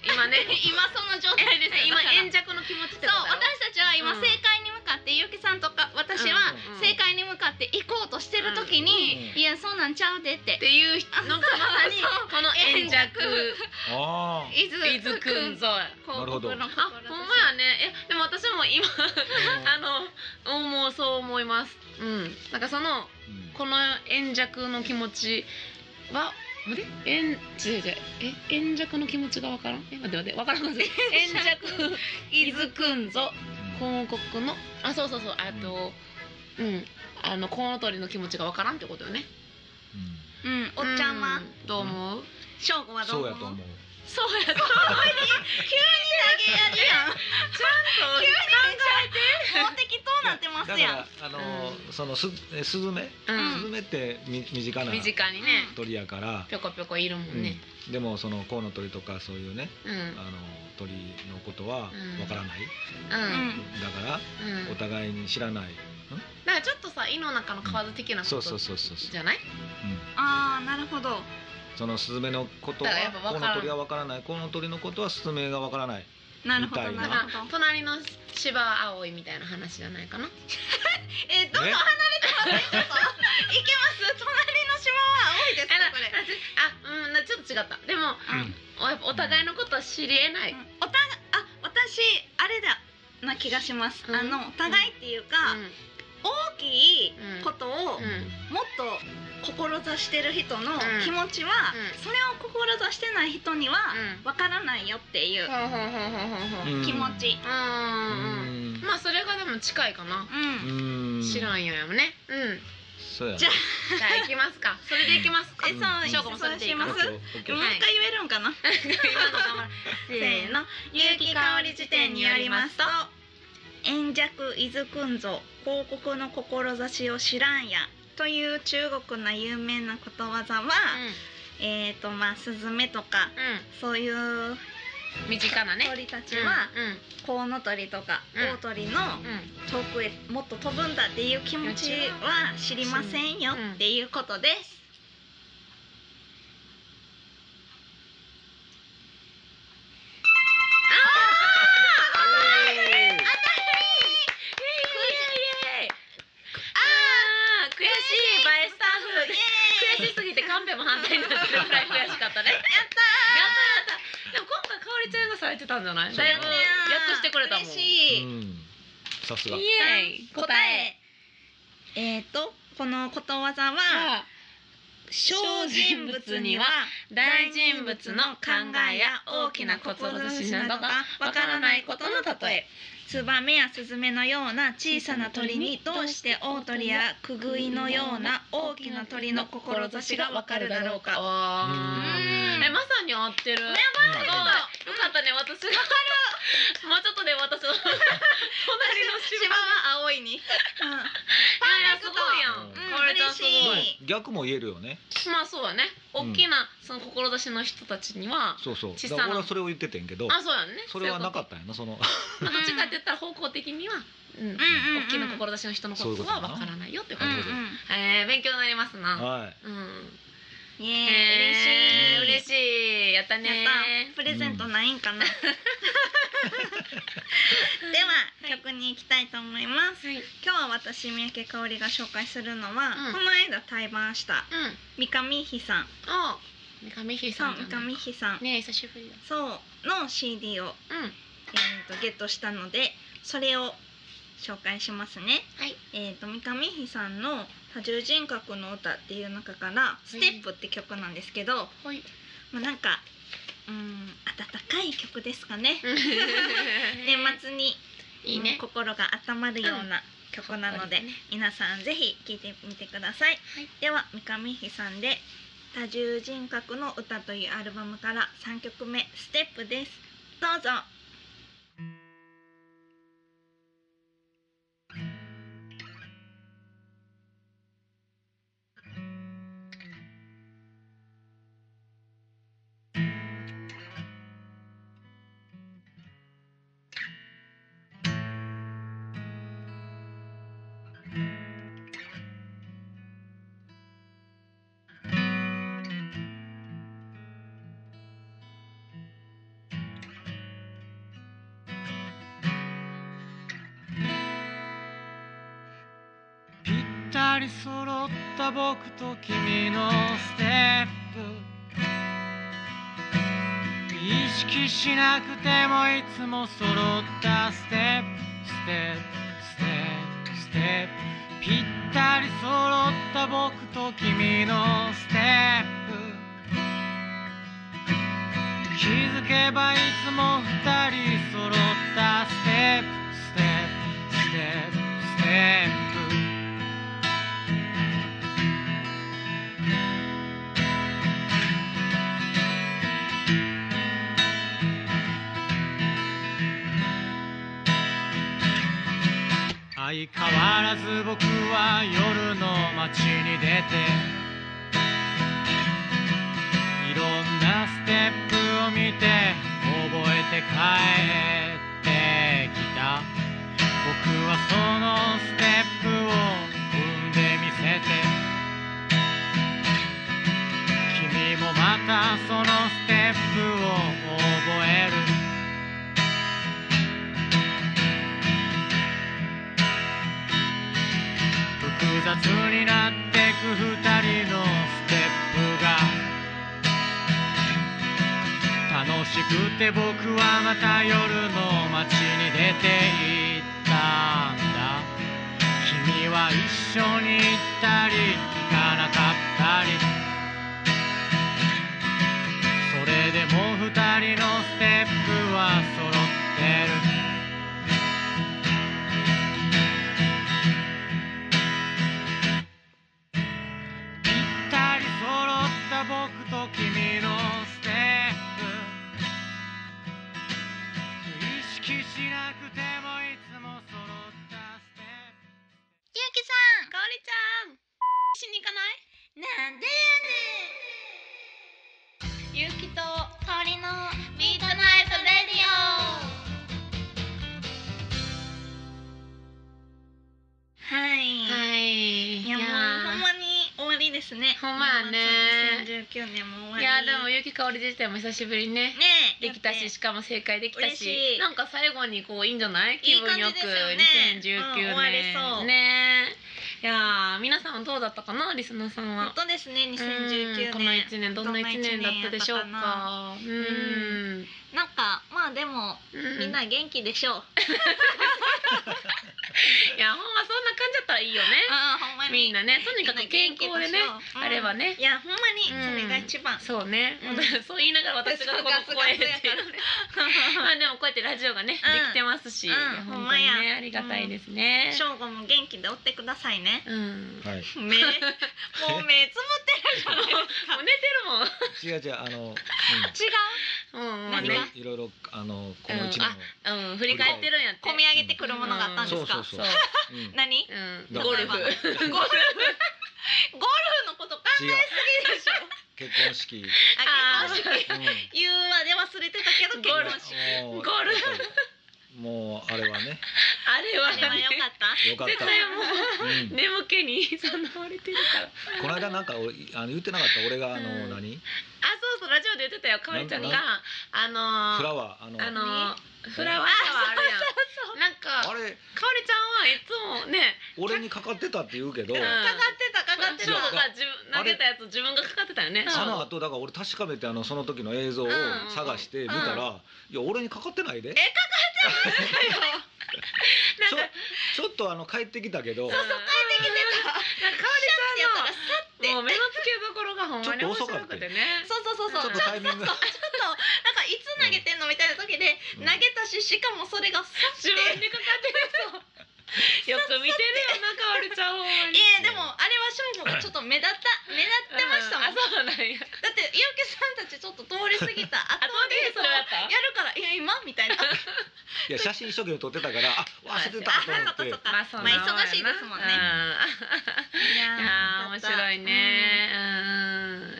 Speaker 2: 今ね
Speaker 1: *laughs* 今その状態ですよ
Speaker 2: 今
Speaker 1: だから
Speaker 2: 円弱の気持ちってこと
Speaker 1: そう
Speaker 2: やろ
Speaker 1: 私たちは今
Speaker 2: うん
Speaker 1: 正解に向かって、ゆうきさんとか私は
Speaker 2: うんうんうん
Speaker 1: 正解に向かって行こうとしてる時に、
Speaker 3: うん
Speaker 1: いやそうなんちゃうでって
Speaker 2: っていう人のがまさに
Speaker 1: そう
Speaker 2: この円弱
Speaker 3: あ
Speaker 1: 伊豆
Speaker 2: 伊豆くんぞや
Speaker 1: 広告の
Speaker 2: あほんまやねえでも私も今
Speaker 3: あ
Speaker 2: あのもうそう思いますうんなんかその
Speaker 3: うん
Speaker 2: この円弱の気持ちは待って円違う違うえ円弱の気持ちがわからんえ待って待ってわからん
Speaker 1: *laughs*
Speaker 2: かった円弱伊豆くんぞ広告のあそうそうそうあとうん、あのコウノトリの気持ちがわからんってことよね
Speaker 3: うん
Speaker 1: うんおっちゃんは
Speaker 2: うどう思う、
Speaker 1: 翔吾はど
Speaker 3: そううや
Speaker 1: 思う
Speaker 3: と思う
Speaker 2: そうやと
Speaker 1: 急に投げやりやん急にめちゃもう適当なってま
Speaker 3: だか
Speaker 1: すやん
Speaker 3: らあのーそのすえスズメ
Speaker 2: う
Speaker 1: うん
Speaker 3: スズメってみ身近
Speaker 2: ん
Speaker 3: な
Speaker 2: 身近にね
Speaker 3: 鳥やから、
Speaker 2: ぴょこぴょこいるもんね
Speaker 3: うんでもそのコウノトリとかそういうね
Speaker 2: うんうん
Speaker 3: あの鳥のことは
Speaker 2: うん
Speaker 3: わからない、
Speaker 1: うん
Speaker 3: だから
Speaker 2: うんだ
Speaker 3: お
Speaker 2: か
Speaker 3: 互いに知らない、
Speaker 2: らちょっとさ井の中の蛙的なこ
Speaker 3: そう
Speaker 2: と
Speaker 3: そうそうそうそう
Speaker 2: じゃない
Speaker 3: うん
Speaker 1: ああなるほど
Speaker 3: そのスズメのことは
Speaker 2: だからやっぱわか
Speaker 3: コウ
Speaker 2: らん
Speaker 3: ノトリはわからないコウノトリのことはスズメがわからない
Speaker 1: なるほど
Speaker 3: みた
Speaker 1: ない
Speaker 3: な
Speaker 1: る
Speaker 2: だから
Speaker 1: ほど
Speaker 2: 隣の芝葵みたいな話じゃないかな
Speaker 1: えどんどん
Speaker 3: ね
Speaker 1: 離れてますねちょっといけます隣の島は多いですか
Speaker 2: あら
Speaker 1: これ
Speaker 2: あうんなちょっと違ったでも
Speaker 1: うん
Speaker 2: おやっぱお互いのことは知りえない、
Speaker 1: おたあ私あれだな気がします、
Speaker 2: うん
Speaker 1: あのお互いっていうか、
Speaker 2: うん
Speaker 1: 大きいことを、
Speaker 2: うん
Speaker 1: もっと志してる人の気持ちは、
Speaker 2: うん
Speaker 1: それを志してない人には
Speaker 2: うん
Speaker 1: わからないよっていう
Speaker 2: ほうほうほうほうほうほう
Speaker 3: うん
Speaker 1: 気持ち、
Speaker 2: うんうん
Speaker 3: うん
Speaker 2: まあそれがでも近いかな
Speaker 1: うん
Speaker 3: うん
Speaker 2: 知らんよやもねうん
Speaker 3: そうや
Speaker 1: じゃあ
Speaker 2: じゃあ行きますか *laughs* それで行きますか
Speaker 1: え
Speaker 3: うん
Speaker 1: そう
Speaker 2: 翔子もそれでいいか
Speaker 1: そうします
Speaker 3: オッケー
Speaker 1: もう
Speaker 3: オッケー
Speaker 1: 一回言えるんかな、
Speaker 2: *laughs* 今の頑張る
Speaker 1: せ
Speaker 2: *laughs*
Speaker 1: ーの有機香り辞典によりますと円弱伊豆くんぞ広告の志を知らんやという中国の有名なことわざは、えっ、とまあスズメとか
Speaker 2: う、
Speaker 1: そういうん
Speaker 2: うん、身近なね
Speaker 1: 鳥たちは、
Speaker 2: うん
Speaker 1: コウノトリとか
Speaker 2: うん
Speaker 1: 大鳥の
Speaker 2: うんうん
Speaker 1: 遠くへもっと飛ぶんだっていう気持ちは知りませんよっていうことです。
Speaker 2: イエーイあー悔しいバイスタッフ悔しすぎてカンペも反対になってるくらい悔しかったねやったーやったーやったーでも今回かおりちゃんがされてたんじゃないだいぶ
Speaker 3: そうだね
Speaker 2: やっとしてくれたもん
Speaker 1: 嬉しい。
Speaker 2: イ
Speaker 3: うんさすが
Speaker 2: エーイ
Speaker 1: 答え。えっ、とこのことわざは、
Speaker 2: は
Speaker 1: 小人物には
Speaker 2: 大人物の考えや大きな志などがわからないことの例え
Speaker 1: ツバメやスズメのような小さな鳥にどうして大鳥やクグイのような大きな鳥の志がわかるだろうか。
Speaker 2: あー
Speaker 1: うん
Speaker 2: えまさに合ってる *laughs* よかったね私がもうちょっとで私の隣の
Speaker 1: 芝は青いに。
Speaker 2: あーすごいやん
Speaker 3: うん
Speaker 1: うん
Speaker 2: かおりちゃんすごい
Speaker 1: 嬉しい
Speaker 3: 逆も言えるよね
Speaker 2: まあそうだね
Speaker 3: うん
Speaker 2: 大きなその志の人たちには、
Speaker 3: そうそう
Speaker 2: 小
Speaker 3: だ
Speaker 2: さな
Speaker 3: から俺はそれを言っててんけど
Speaker 2: あそうやんね
Speaker 3: それはなかったたんやなその
Speaker 2: どっちかって言ったら方向的には、うん
Speaker 1: うんうんうん
Speaker 2: 大きな志の人のことはわからないよってこと
Speaker 3: そういうことな
Speaker 2: えー、勉強になりますな、
Speaker 3: は
Speaker 2: うん
Speaker 1: うん。
Speaker 2: え
Speaker 1: ねえ
Speaker 2: ー
Speaker 1: 嬉
Speaker 2: 嬉
Speaker 1: しい。
Speaker 2: しいやったね
Speaker 1: やったプレゼントないんかな。では曲に行きたいと思います。
Speaker 2: はい、うん、
Speaker 1: 今日は私三宅香織が紹介するのは、
Speaker 2: うん
Speaker 1: この間対バンした三上ひさん、
Speaker 2: あ三上ひ
Speaker 1: そ
Speaker 2: さ
Speaker 1: うん
Speaker 2: じゃ
Speaker 1: 三
Speaker 2: ない
Speaker 1: 上ひさん、
Speaker 2: ねえ久しぶりだ
Speaker 1: そうの CD を、
Speaker 2: うん
Speaker 1: えー、とゲットしたので、それを紹介しますね。
Speaker 2: はい
Speaker 1: えー、と三上ひさんの多重人格の歌っていう中からステップって曲なんですけど、
Speaker 2: ほ *laughs* い
Speaker 1: まあなんかうん温かい曲ですかね。 *laughs* 年
Speaker 2: 年
Speaker 1: 末に
Speaker 2: いいね
Speaker 1: 心が温まるような曲なので、
Speaker 2: うん
Speaker 1: 皆さんぜひ聴いてみてください、
Speaker 2: はい
Speaker 1: では三上ひさんで「多重人格の歌」というアルバムから3曲目「ステップ」ですどうぞ
Speaker 4: ぴったり揃った僕と君のステップ意識しなくてもいつも揃ったステップステップステップステップぴったり揃った僕と君のステップ気づけばいつも二人揃ったステップステップステップステップ相変わらず僕は夜の街に出ていろんなステップを見て覚えて帰ってきた僕はそのステップを踏んでみせて君もまたそのステップを覚える複雑になってく二人のステップが楽しくて僕はまた夜の街に出て行ったんだ君は一緒に行ったり行かなかったりそれでも二人のステップは揃ってるぴったり揃った僕と君のステップ意識しなくてもいつも揃ったステッ
Speaker 1: ゆ
Speaker 4: プ
Speaker 1: うきさん
Speaker 2: かおりちゃんしに行かない
Speaker 1: なんで
Speaker 2: ゆうきと
Speaker 1: やねん香りの
Speaker 2: ミートナイトレディ
Speaker 1: はい、
Speaker 2: オはい
Speaker 1: いやもうほんまに終わりですね
Speaker 2: ほんまやね
Speaker 1: 年末2019年も終わ
Speaker 2: い
Speaker 1: り
Speaker 2: やでもゆうきかおり自体も久しぶりね
Speaker 1: ねえ
Speaker 2: できたししかも正解できた
Speaker 1: 嬉
Speaker 2: し
Speaker 1: しい
Speaker 2: なんか最後にこういいんじゃない気分よく
Speaker 1: いい感じですよね
Speaker 2: 2019年、
Speaker 1: うん終われそう
Speaker 2: ねいやー皆さんはどうだったかなリスナーさん
Speaker 1: 本
Speaker 2: は
Speaker 1: 当ですね
Speaker 2: うん
Speaker 1: 2019
Speaker 2: この
Speaker 1: 年
Speaker 2: 一年どんな一年だったでしょう
Speaker 1: どんな
Speaker 2: かうん
Speaker 1: なんかまあでも
Speaker 2: うん
Speaker 1: みんな元気でしょう、
Speaker 2: いやほんまそんな感じだったらいいよね
Speaker 1: あーほんまに
Speaker 2: みんなねとにかく健康でね
Speaker 1: うん
Speaker 2: あればね
Speaker 1: いやほんまにそれが一番、
Speaker 2: そうね、
Speaker 1: うん
Speaker 2: そう言いながら私がこの声っていうのねまあでもこうやってラジオが
Speaker 1: う
Speaker 2: ね、
Speaker 1: ん
Speaker 2: できてます
Speaker 1: う
Speaker 2: し、
Speaker 1: んほん
Speaker 2: 本
Speaker 1: ま
Speaker 2: 当に
Speaker 1: や
Speaker 2: ねありがたいで
Speaker 1: *laughs*
Speaker 2: すね。
Speaker 1: 正午も元気でおってくださいね
Speaker 2: うん。
Speaker 3: い、はい、
Speaker 1: 目もう目つぶってるじゃないですか
Speaker 2: もう寝てるもん。
Speaker 3: 違う違
Speaker 1: 違う
Speaker 3: うあの、うん
Speaker 2: うんうん
Speaker 1: 何が
Speaker 2: ね
Speaker 3: いろいろあのこの一年を、
Speaker 2: うん振り返ってるんやって
Speaker 1: 込み上げてくるものがあったんで
Speaker 3: そう
Speaker 1: すか、
Speaker 3: そうそう、うん、違う
Speaker 1: 何
Speaker 2: うん
Speaker 3: だ
Speaker 2: ゴルフ
Speaker 1: 例ゴルフゴルフのこと考えすぎでしょ
Speaker 3: 結婚式、
Speaker 1: あ
Speaker 2: あ
Speaker 1: 結婚式
Speaker 3: うん、
Speaker 1: 言うまで忘れてたけど結
Speaker 2: ゴル
Speaker 1: 婚式
Speaker 3: もう
Speaker 2: ゴルフ
Speaker 3: やっぱりもうあれはね
Speaker 2: あれ
Speaker 1: あ
Speaker 2: は
Speaker 1: れは
Speaker 2: ね
Speaker 1: 良かった
Speaker 3: よかっ
Speaker 2: 絶
Speaker 3: た、
Speaker 2: 対もう
Speaker 3: うん
Speaker 2: *laughs* 眠気にさなわれてるから
Speaker 3: この間なんか俺あの言ってなかった俺があの、
Speaker 2: うん
Speaker 3: 何
Speaker 2: あそうそうラジオで言ってたよかおりちゃんが
Speaker 3: なんだ
Speaker 2: あ
Speaker 3: フラ
Speaker 2: のー
Speaker 3: ワーあの
Speaker 2: あのーフラワーあるやんなんか
Speaker 3: あ
Speaker 2: か
Speaker 3: れ
Speaker 2: おりちゃんはいつもね
Speaker 3: 俺にかかってたって言うけど、
Speaker 2: うん
Speaker 1: かかってたかかって
Speaker 2: ショ
Speaker 1: た
Speaker 2: ー
Speaker 3: いや
Speaker 2: ゴが自分投げたやつ自分がかかってたよね
Speaker 3: その
Speaker 2: そう
Speaker 3: 後だから俺確かめてあのその時の映像を探して見たら、いや俺にかかってないでちょちょっとあの帰ってきたけど
Speaker 2: そうそう帰ってきてな
Speaker 1: やっ
Speaker 2: んかか
Speaker 1: たらさ
Speaker 2: おりちゃんのもう目の付けどころがほんまに
Speaker 3: ちょ
Speaker 2: 面
Speaker 3: っと遅
Speaker 2: 白
Speaker 3: かった
Speaker 2: くてね
Speaker 1: そうそうそう
Speaker 3: ち
Speaker 1: そ
Speaker 3: ょ
Speaker 1: う
Speaker 3: っ
Speaker 1: ちょ
Speaker 3: とタイミング
Speaker 1: ち
Speaker 3: が
Speaker 1: ょっとなんかいつ投げてんのみたいな時で
Speaker 3: う
Speaker 1: 投
Speaker 3: ん
Speaker 1: げたししかもそれがさっ
Speaker 2: 自
Speaker 1: て
Speaker 2: 分にかかってるよく見てるよなかおりちゃんほんま
Speaker 1: い
Speaker 2: に
Speaker 1: やでもあれはしょうもちょっと目立った
Speaker 2: *laughs*
Speaker 1: 目立ってましたもん、
Speaker 2: うんあそうなんや
Speaker 1: だって伊宅さんたちちょっと通り過ぎた後
Speaker 2: 後で
Speaker 1: で
Speaker 2: それをやった
Speaker 1: やるからいや今みたい
Speaker 2: *laughs*
Speaker 1: な
Speaker 3: いや写真一生懸命撮ってたからあ忘れてたと
Speaker 1: あ
Speaker 3: 思っ
Speaker 1: そ
Speaker 3: て
Speaker 1: うかそうかまあ
Speaker 2: そんなもんやな
Speaker 1: 忙しいですもんね
Speaker 2: うん
Speaker 1: い
Speaker 2: いやー面白いね。う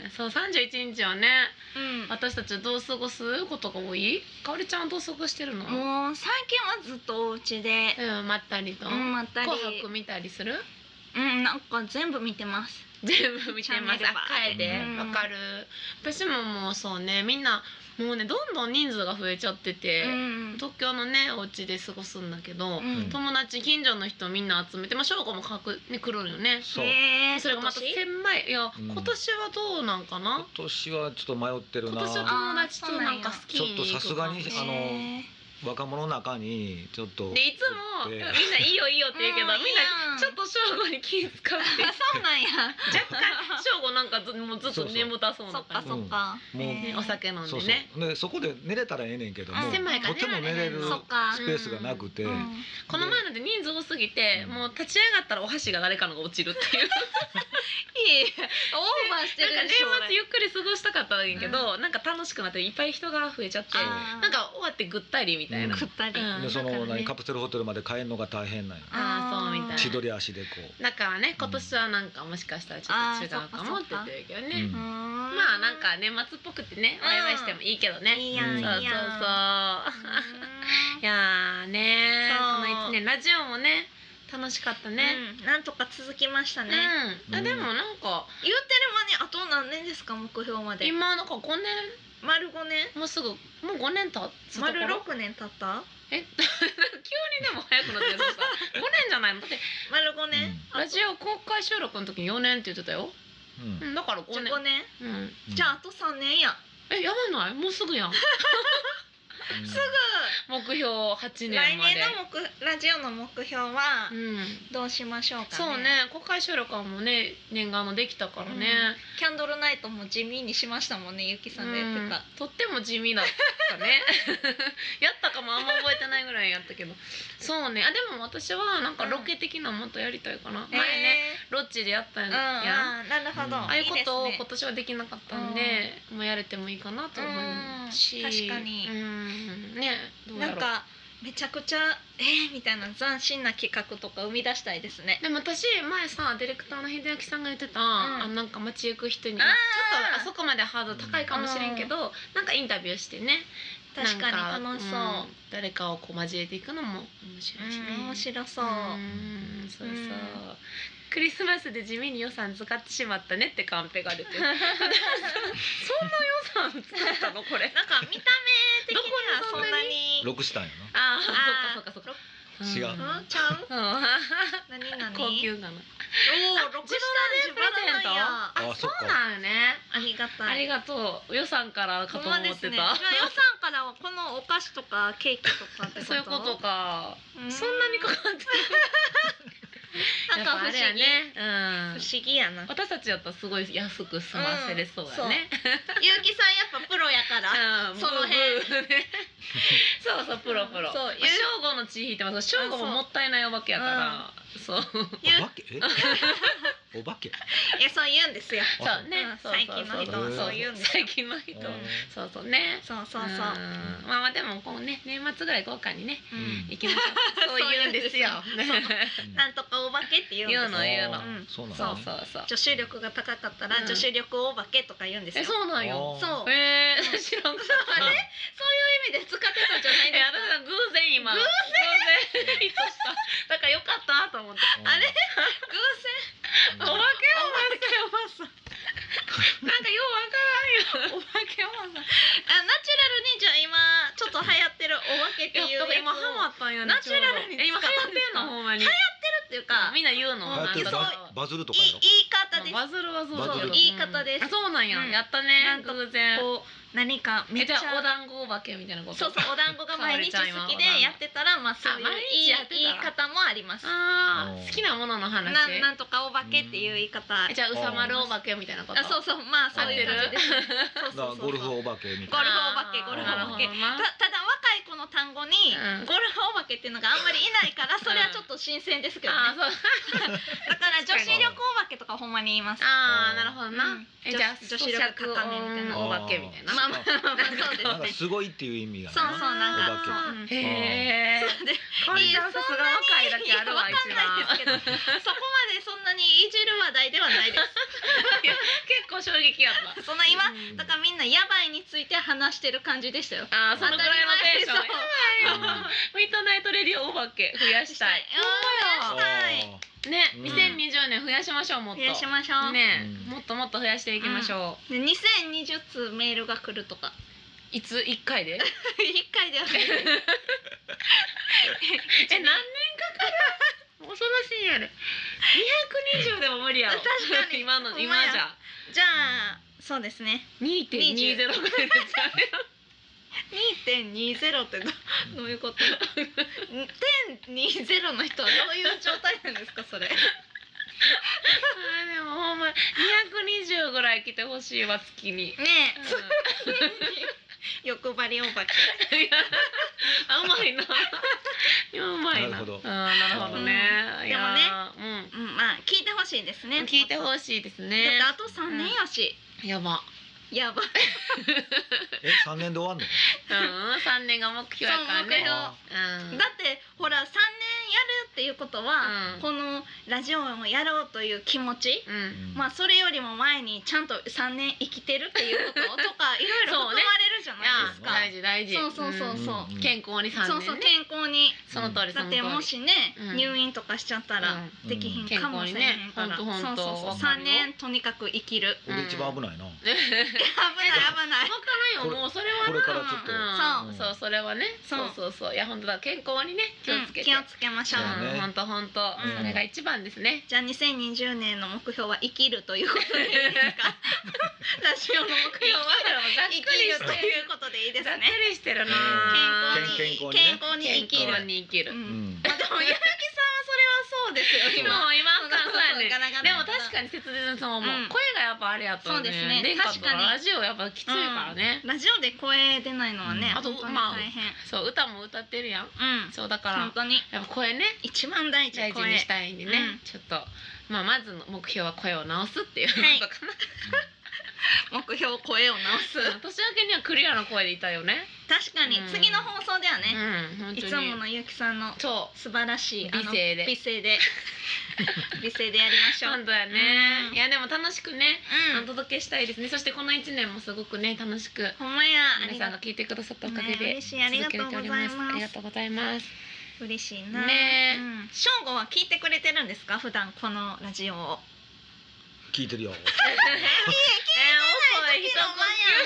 Speaker 2: ん、そう三十一日はね、
Speaker 1: うん、
Speaker 2: 私たちどう過ごすことが多い？かおりちゃんどう過ごしてるの？う
Speaker 1: もう最近はずっとお家で、
Speaker 2: ん、まったりと。
Speaker 1: うん、まったり
Speaker 2: 紅白見たりする？
Speaker 1: うんなんか全部見てます
Speaker 2: 全部見てます。
Speaker 1: チャンネルばー
Speaker 2: あ帰で
Speaker 1: うん
Speaker 2: わかる。私ももうそうね、みんなもうねどんどん人数が増えちゃってて、
Speaker 1: うん
Speaker 2: 東京のねお家で過ごすんだけど
Speaker 1: う、ん
Speaker 2: 友達近所の人みんな集めて、まあ翔子もかくに来るんよね。
Speaker 3: そう
Speaker 1: へー
Speaker 2: それがまた
Speaker 1: 今年
Speaker 2: 狭いいや、
Speaker 3: うん
Speaker 2: 今年はどうなんかな
Speaker 3: 今？年はちょっと迷ってる
Speaker 2: 今
Speaker 3: な
Speaker 2: 年は友達となんかスキーに行く
Speaker 3: ちょっとさすが
Speaker 2: 感
Speaker 3: に
Speaker 2: じ
Speaker 3: あの
Speaker 1: へー
Speaker 3: 若者の中にちょっと
Speaker 2: でいつもみ
Speaker 3: え
Speaker 2: ん
Speaker 3: え
Speaker 2: ないいよいいよって言うけど、
Speaker 1: うん
Speaker 2: みん
Speaker 1: いいや
Speaker 2: なんちょっと正吾に気
Speaker 1: *laughs*
Speaker 2: 使って
Speaker 1: あそうなんや
Speaker 2: *laughs* 若干正吾なんかずもうずっと眠たそう
Speaker 1: そ
Speaker 2: な
Speaker 1: っか
Speaker 2: 感じ
Speaker 1: そっか、
Speaker 3: うんもう
Speaker 2: ねお酒飲んで
Speaker 3: そう
Speaker 2: ね
Speaker 3: そうでそこで寝れたらええねんけども
Speaker 1: あ
Speaker 3: とて
Speaker 1: 狭いから
Speaker 3: も寝れる
Speaker 1: そっか
Speaker 3: スペースがなくて、
Speaker 1: うん
Speaker 2: この前なんて人数多すぎて
Speaker 3: うん
Speaker 2: もう立ち上がったらお箸が誰かのが落ちるっていう
Speaker 3: *laughs*
Speaker 1: いいオーバーして
Speaker 2: なんか
Speaker 1: るでしょ
Speaker 2: 年末ゆっくり過ごしたかったんやけど、なんか楽しくなっていっぱい人が増えちゃって
Speaker 3: あ
Speaker 1: ー
Speaker 2: なんか終わってぐったりみたいな、
Speaker 3: うん
Speaker 1: 食ったり、
Speaker 2: うん
Speaker 3: でその、
Speaker 2: だからね
Speaker 3: 何カプセルホテルまで帰るのが大変なんよ
Speaker 2: あーそうみたいな
Speaker 3: 千鳥足でこ
Speaker 2: だからね今年はなんかもしかしたらちょっと違うかもって言ってるけど
Speaker 3: う、
Speaker 2: ね、
Speaker 3: うん
Speaker 2: ま
Speaker 1: ま
Speaker 2: あなんか年末っぽくてね
Speaker 1: うん
Speaker 2: ワイワイしてもいいけどね、
Speaker 1: いいやん、
Speaker 3: うん
Speaker 2: そうそう
Speaker 1: い
Speaker 2: そう
Speaker 1: いやん
Speaker 2: いやーね
Speaker 1: そう
Speaker 2: ーこの一年ラジオもね楽しかったね
Speaker 1: ね、うんなんとか続きました
Speaker 2: う
Speaker 1: ね、
Speaker 2: ん、あ
Speaker 3: うん
Speaker 2: でもなんか
Speaker 1: 言うてる間にあと何年ですか目標まで
Speaker 2: 今なんか5
Speaker 1: 丸5年
Speaker 2: 年もうすぐもう5年経つとこ
Speaker 1: 丸
Speaker 2: ろ
Speaker 1: 6年経った
Speaker 2: え *laughs* 急にでも早くなってるそうさ5年じゃないのだって
Speaker 1: 丸5年、
Speaker 2: ラジオ公開収録の時4年って言ってたよ、
Speaker 3: うん
Speaker 2: うん、だか
Speaker 1: じ
Speaker 2: ら
Speaker 1: ゃ
Speaker 2: 5
Speaker 1: あ
Speaker 2: 年
Speaker 1: 5年、
Speaker 2: うん、
Speaker 3: うん
Speaker 1: じゃああと3年や
Speaker 2: えやばないもうすぐやん
Speaker 3: うん
Speaker 1: す
Speaker 2: 目標
Speaker 1: ぐ
Speaker 2: 8年
Speaker 1: 来
Speaker 2: まで
Speaker 1: 年の目ラジオの目標は
Speaker 2: うん
Speaker 1: どうしましょうかね
Speaker 2: そうね公開収録はもうね念願のできたからね、
Speaker 1: キャンドルナイトも地味にしましたもんねゆきさんが言ってた、
Speaker 2: うんとっても地味だったね *laughs* やったかもあんま覚えてないぐらいやったけどそうねあでも私はなんかロケ的なもっとやりたいかな、前ね
Speaker 1: え
Speaker 2: ロッチでやった
Speaker 1: ー
Speaker 2: やん、
Speaker 1: うん、あーなるほど、
Speaker 3: うん
Speaker 2: ああいうことを
Speaker 1: いいです
Speaker 2: 今
Speaker 1: ね
Speaker 2: 年はできなかったんでもうやれてもいいかなと思いますし、
Speaker 1: うん確かに
Speaker 2: うんねどうや
Speaker 1: な
Speaker 2: ろ
Speaker 1: ん
Speaker 2: う
Speaker 1: かめちゃくちゃえー、みたいな斬新な企画とか生み出したいですね。
Speaker 2: でも私前さディレクターの秀明さんが言ってた、あなんか街行く人に
Speaker 1: あ
Speaker 2: ちょ
Speaker 1: ー
Speaker 2: っとあそこまでハードル高いかもしれんけど、なんかインタビューしてね
Speaker 1: 確かに
Speaker 2: なん
Speaker 1: 楽
Speaker 2: か
Speaker 1: しそう。
Speaker 2: ん誰かをこう交えていくのも面白いしね、
Speaker 1: うん、面白そう。
Speaker 2: うんそうそう、
Speaker 1: うん
Speaker 2: クリスマスで地味に予算使ってしまったねってカンペ
Speaker 1: *laughs*
Speaker 2: が出てそんな予算使ったのこれ
Speaker 1: なんか見た目的にはそ
Speaker 2: どこにそんなん
Speaker 1: なに。
Speaker 3: 六したんや
Speaker 2: あ
Speaker 1: *laughs* あー
Speaker 2: あそっかそっかそっか
Speaker 3: 違うん
Speaker 1: うんちゃう？
Speaker 2: う
Speaker 1: 何何？
Speaker 2: ん高級かな
Speaker 1: おお、六下で
Speaker 2: 自分でプレゼント
Speaker 1: あ
Speaker 3: なあそっ
Speaker 2: そう
Speaker 3: か
Speaker 2: なんよね
Speaker 1: りがたい。
Speaker 2: ありがとう予算からかと思ってた、
Speaker 1: ほんまですね。じゃあ予算からはこのお菓子とかケーキとかってこと。
Speaker 2: そういうことか、
Speaker 1: うん。
Speaker 2: そんなにかかって
Speaker 1: なんか
Speaker 2: やっ
Speaker 1: 不
Speaker 2: ぱあ
Speaker 1: 思
Speaker 2: れ
Speaker 1: 議
Speaker 2: や、ね、
Speaker 1: 不
Speaker 2: うん、
Speaker 1: 思議やな。ゆう
Speaker 2: 私たちやったらすごい安く済ませれそうやね、
Speaker 1: きさんやっぱプロやから。
Speaker 2: うん
Speaker 1: その辺
Speaker 2: ブーブーね *laughs* そうそうプロプロ
Speaker 1: そう
Speaker 2: まあ正吾の血引いてます正吾ももったいないお化けやからそう
Speaker 1: ゆう
Speaker 3: あわけえ
Speaker 1: *laughs*
Speaker 3: お化け
Speaker 1: い *laughs* やそう言うんですよ、
Speaker 2: そうね
Speaker 1: うん
Speaker 2: そう
Speaker 1: 最
Speaker 2: そう
Speaker 1: 近
Speaker 2: そ
Speaker 1: の
Speaker 2: う
Speaker 1: 人はそう言うんですよ
Speaker 2: 最近の人
Speaker 3: う
Speaker 1: うん
Speaker 2: そうそうね
Speaker 1: そうそうそう
Speaker 2: うんまあまあでもこうね年末ぐらい豪華にね
Speaker 1: うん
Speaker 2: 行きましょう
Speaker 1: *laughs* そう言うんですよ
Speaker 2: ね
Speaker 3: うん
Speaker 1: なんとかお化けって言うんです
Speaker 2: 言うの言うの
Speaker 3: あー
Speaker 1: うん *laughs*
Speaker 3: そうなん
Speaker 2: そ
Speaker 3: だ
Speaker 2: う
Speaker 3: ね
Speaker 2: そうそう
Speaker 1: 助手力が高かったら
Speaker 2: うん
Speaker 1: 助手力お化けとか言うんですよ、
Speaker 2: えそうなんよ
Speaker 3: あー
Speaker 1: そう
Speaker 2: えー、知らんかっ
Speaker 1: あ
Speaker 2: た
Speaker 1: れそういう意味で使ってたんじゃない
Speaker 2: *laughs* え
Speaker 1: ですか
Speaker 2: 私は偶然今
Speaker 1: 偶然
Speaker 2: 偶然ヒットしただからよかったと思って
Speaker 3: うん
Speaker 1: あれ偶
Speaker 3: うん
Speaker 2: お化けおばさんなんかようわからんよお化けおばさん
Speaker 1: 然あナチュラルにじゃあ今ちょっと流行ってるお化けって
Speaker 2: い
Speaker 1: いう
Speaker 2: や
Speaker 1: やつを
Speaker 2: 今ハマ
Speaker 1: 流行っ
Speaker 2: ったんや
Speaker 1: ナチュラルに
Speaker 2: ちょうどえ今流行ってんのほんまに
Speaker 1: てるっていうか
Speaker 2: みんな言うの
Speaker 1: うん
Speaker 2: なん
Speaker 3: 流行って
Speaker 2: か
Speaker 3: る
Speaker 1: そう
Speaker 3: ババズると
Speaker 1: い
Speaker 3: かや
Speaker 1: い言い方
Speaker 3: ろ
Speaker 1: です
Speaker 2: バズるはそうだけど
Speaker 1: 言い方です
Speaker 2: あそうなんや
Speaker 1: うん
Speaker 2: やった
Speaker 1: な
Speaker 2: ね
Speaker 1: んか
Speaker 2: 偶然
Speaker 1: こう何かめ
Speaker 2: え
Speaker 1: っち
Speaker 2: じ
Speaker 1: ゃ
Speaker 2: ゃあお団子お化けみたいなこと
Speaker 1: そうそうお団子が毎日好きでやってたらまあそういう
Speaker 2: あ毎
Speaker 1: 言い
Speaker 2: 日やってた
Speaker 1: 言い方もありますな
Speaker 2: あ
Speaker 3: うん
Speaker 2: ー好きなものの話
Speaker 1: んなんとかお化けっていう言い方あ
Speaker 2: えじゃあうさまるお化けみたいなこと
Speaker 1: そうそうまあそういう感じですそう
Speaker 3: だ
Speaker 1: そ
Speaker 3: から
Speaker 1: うそう
Speaker 3: ゴルフお化けみ
Speaker 1: ゴ
Speaker 3: たい
Speaker 1: ルフお化けゴルフお化け
Speaker 2: なるほどな
Speaker 1: たただ若い子の単語に、
Speaker 2: うん
Speaker 1: ゴルフお化けっていうのがあんまりいないからそれはちょっと新鮮ですけど
Speaker 2: あー
Speaker 1: ね、
Speaker 2: そう
Speaker 1: だから女
Speaker 2: 確
Speaker 1: 子
Speaker 2: かに
Speaker 1: 旅行お化けとかほんまに言います
Speaker 2: あーなるほどな、
Speaker 1: うん
Speaker 2: えじゃあ
Speaker 1: 女子力高めみたいな
Speaker 3: あー
Speaker 2: お化けみたいな
Speaker 1: まあまあまあまあそうです
Speaker 3: ななんか
Speaker 1: ね
Speaker 3: *laughs* すごいっていう意味がね
Speaker 1: そうそうなんか
Speaker 3: お化け
Speaker 1: そう、うん
Speaker 2: へえ
Speaker 1: そうで
Speaker 2: これさすが若いだけあるわ
Speaker 1: い
Speaker 2: 一
Speaker 1: やわかんない
Speaker 2: 番
Speaker 1: ですけどそこまでそんなにいじる話題ではないです
Speaker 2: 結構衝撃やった
Speaker 1: そんな今
Speaker 2: うん
Speaker 1: だからみんなやばいについて話してる感じでしたよ
Speaker 2: あーそのぐらいのテンション
Speaker 1: 当たり前そう
Speaker 2: ミッドナイトレディオお化け増やしたい
Speaker 1: うんしたい
Speaker 2: ね、
Speaker 3: うん
Speaker 2: 2020年増やしましょうもっと
Speaker 1: 増やしましょう、
Speaker 2: ね、
Speaker 3: うん
Speaker 2: もっともっと増やしていきましょ
Speaker 1: で2020通メールが来るとか *laughs*
Speaker 2: う、いつ一回で
Speaker 1: 一回ではない
Speaker 2: え何年かかる恐ろしいやる220でも無理やろ
Speaker 1: 確かに
Speaker 2: *laughs* 今の
Speaker 1: ほん
Speaker 2: 今
Speaker 1: まや
Speaker 2: じゃ
Speaker 1: じゃあそうですね
Speaker 2: 2.20ぐらいでちゃう
Speaker 1: 2.20ってどどういうこと ?10.20 の人はどういう状態なんですかそれ
Speaker 2: あーでもほんま220ぐらい来てほしいわ月に。
Speaker 1: ね
Speaker 2: う
Speaker 1: え
Speaker 2: ん、
Speaker 1: 欲張りお化け
Speaker 2: *laughs* あうま
Speaker 1: *laughs*
Speaker 2: いな。いやうまいな。
Speaker 3: なるほど
Speaker 2: うんなるほどね。
Speaker 1: うん
Speaker 2: いやー。
Speaker 1: うんまあ聞いてほしいです
Speaker 2: う
Speaker 1: ね
Speaker 2: ん。聞いてほしいですね。
Speaker 1: だってあと3年やし、
Speaker 2: やば。
Speaker 1: やばい
Speaker 3: え三年で終わんの
Speaker 2: うん三年が目標やからね。う
Speaker 3: あ
Speaker 2: ん。
Speaker 1: だってほら3年やるっていうことは、
Speaker 2: うん
Speaker 1: このラジオをやろうという気持ち、
Speaker 2: う。
Speaker 3: うんん
Speaker 1: まあそれよりも前にちゃんと3年生きてるっていうこととかいろいろ含まれるじゃ
Speaker 2: いや
Speaker 1: *laughs* ないですか。
Speaker 2: 大事大事。
Speaker 1: そうそうそうそう。
Speaker 3: うん
Speaker 2: 健康に三
Speaker 1: そう
Speaker 2: 年
Speaker 1: そう
Speaker 2: ね。
Speaker 1: 健康に。
Speaker 2: その通りそ
Speaker 1: だ
Speaker 2: の
Speaker 1: っ
Speaker 2: 通り。
Speaker 1: てもしね、
Speaker 2: うん
Speaker 1: 入院とかしちゃったら *laughs*
Speaker 2: う
Speaker 1: できひんかもしれへんから。
Speaker 2: うん健康にねほんと
Speaker 1: そう
Speaker 2: ほ
Speaker 1: そ
Speaker 2: んと
Speaker 1: うそう。
Speaker 2: わか
Speaker 1: 3
Speaker 2: るよ
Speaker 1: 年とにかく生きる。
Speaker 2: ん
Speaker 3: 俺一番危ないな、
Speaker 1: 危ない危ない。
Speaker 2: わからんよもうそれは
Speaker 3: これからちょっと、
Speaker 2: な。
Speaker 3: うん
Speaker 2: そうそうそれはね。
Speaker 1: そ
Speaker 2: そううそうそういや本当だ健康にね *laughs* 気をつけ
Speaker 1: うん
Speaker 2: て
Speaker 1: 気。をつけましょう。
Speaker 3: そうね
Speaker 2: 本当本当
Speaker 1: うん
Speaker 2: それが一番ですね。
Speaker 1: じゃあ2020年の目標は生きるということでいいです
Speaker 2: *laughs*
Speaker 1: か？ラジオの目標は
Speaker 2: ざっ
Speaker 1: 生きる
Speaker 2: くりし
Speaker 1: と
Speaker 2: て
Speaker 1: いうことでいいです
Speaker 2: ざっく *laughs*
Speaker 1: ね。
Speaker 2: りしてるな。
Speaker 1: 健康に健
Speaker 3: 健
Speaker 1: 康に生き
Speaker 2: 健康
Speaker 1: る。
Speaker 2: に生き
Speaker 1: う。
Speaker 2: る。
Speaker 3: うんん
Speaker 1: まあでも柳さんはそれはそうですよ
Speaker 2: 今
Speaker 1: 今。
Speaker 2: 今
Speaker 1: そう
Speaker 2: そうやね
Speaker 1: ガラガラ
Speaker 2: でも確かに切実そう思う、
Speaker 1: うん
Speaker 2: 声がやっぱあれやと
Speaker 1: そうですね
Speaker 2: 電波と
Speaker 1: 確かに
Speaker 2: ラジオやっぱきついからね、
Speaker 1: ラジオで声出ないのはね、
Speaker 2: うんあと
Speaker 1: 本当に
Speaker 2: まあ
Speaker 1: 大変。
Speaker 2: そう歌も歌ってるやん
Speaker 1: うん。
Speaker 2: そうだから
Speaker 1: 本当に
Speaker 2: やっぱ声ね
Speaker 1: 一番大事
Speaker 2: 大事
Speaker 1: 声
Speaker 2: にし。たいんでね、
Speaker 1: うん
Speaker 2: ちょっとまあまずの目標は声を直すっていうこ *laughs*
Speaker 1: はい
Speaker 2: とかな、
Speaker 1: 目標声を直す。
Speaker 2: 年明けにはクリアな声でいたいよね
Speaker 1: 確かに
Speaker 2: うん
Speaker 1: 次の放送ではね、
Speaker 2: うん本当に
Speaker 1: いつものゆきさんの
Speaker 2: そう
Speaker 1: 素晴らしいあの
Speaker 2: 美声で
Speaker 1: 美声
Speaker 2: *laughs*
Speaker 1: で美声でやりましょう。
Speaker 2: 本当やね、
Speaker 1: うん
Speaker 2: いやでも楽しくね、
Speaker 1: う
Speaker 2: お
Speaker 1: ん。
Speaker 2: 届けしたいですねそしてこの一年もすごくね楽しく
Speaker 1: ほんまや。あ
Speaker 2: 皆
Speaker 1: り
Speaker 2: さん
Speaker 1: が
Speaker 2: が聞いてくださったおかげで、
Speaker 1: 嬉しいありがとうございます
Speaker 2: 続けれておりありがとうございます
Speaker 1: 嬉しいな。
Speaker 2: ねえ
Speaker 1: うん。しょうごは聞いてくれてるんですか普段このラジオを。
Speaker 3: 聞いてる
Speaker 2: え
Speaker 3: よ
Speaker 2: ー、遅い人
Speaker 1: 時の間
Speaker 3: い
Speaker 1: やん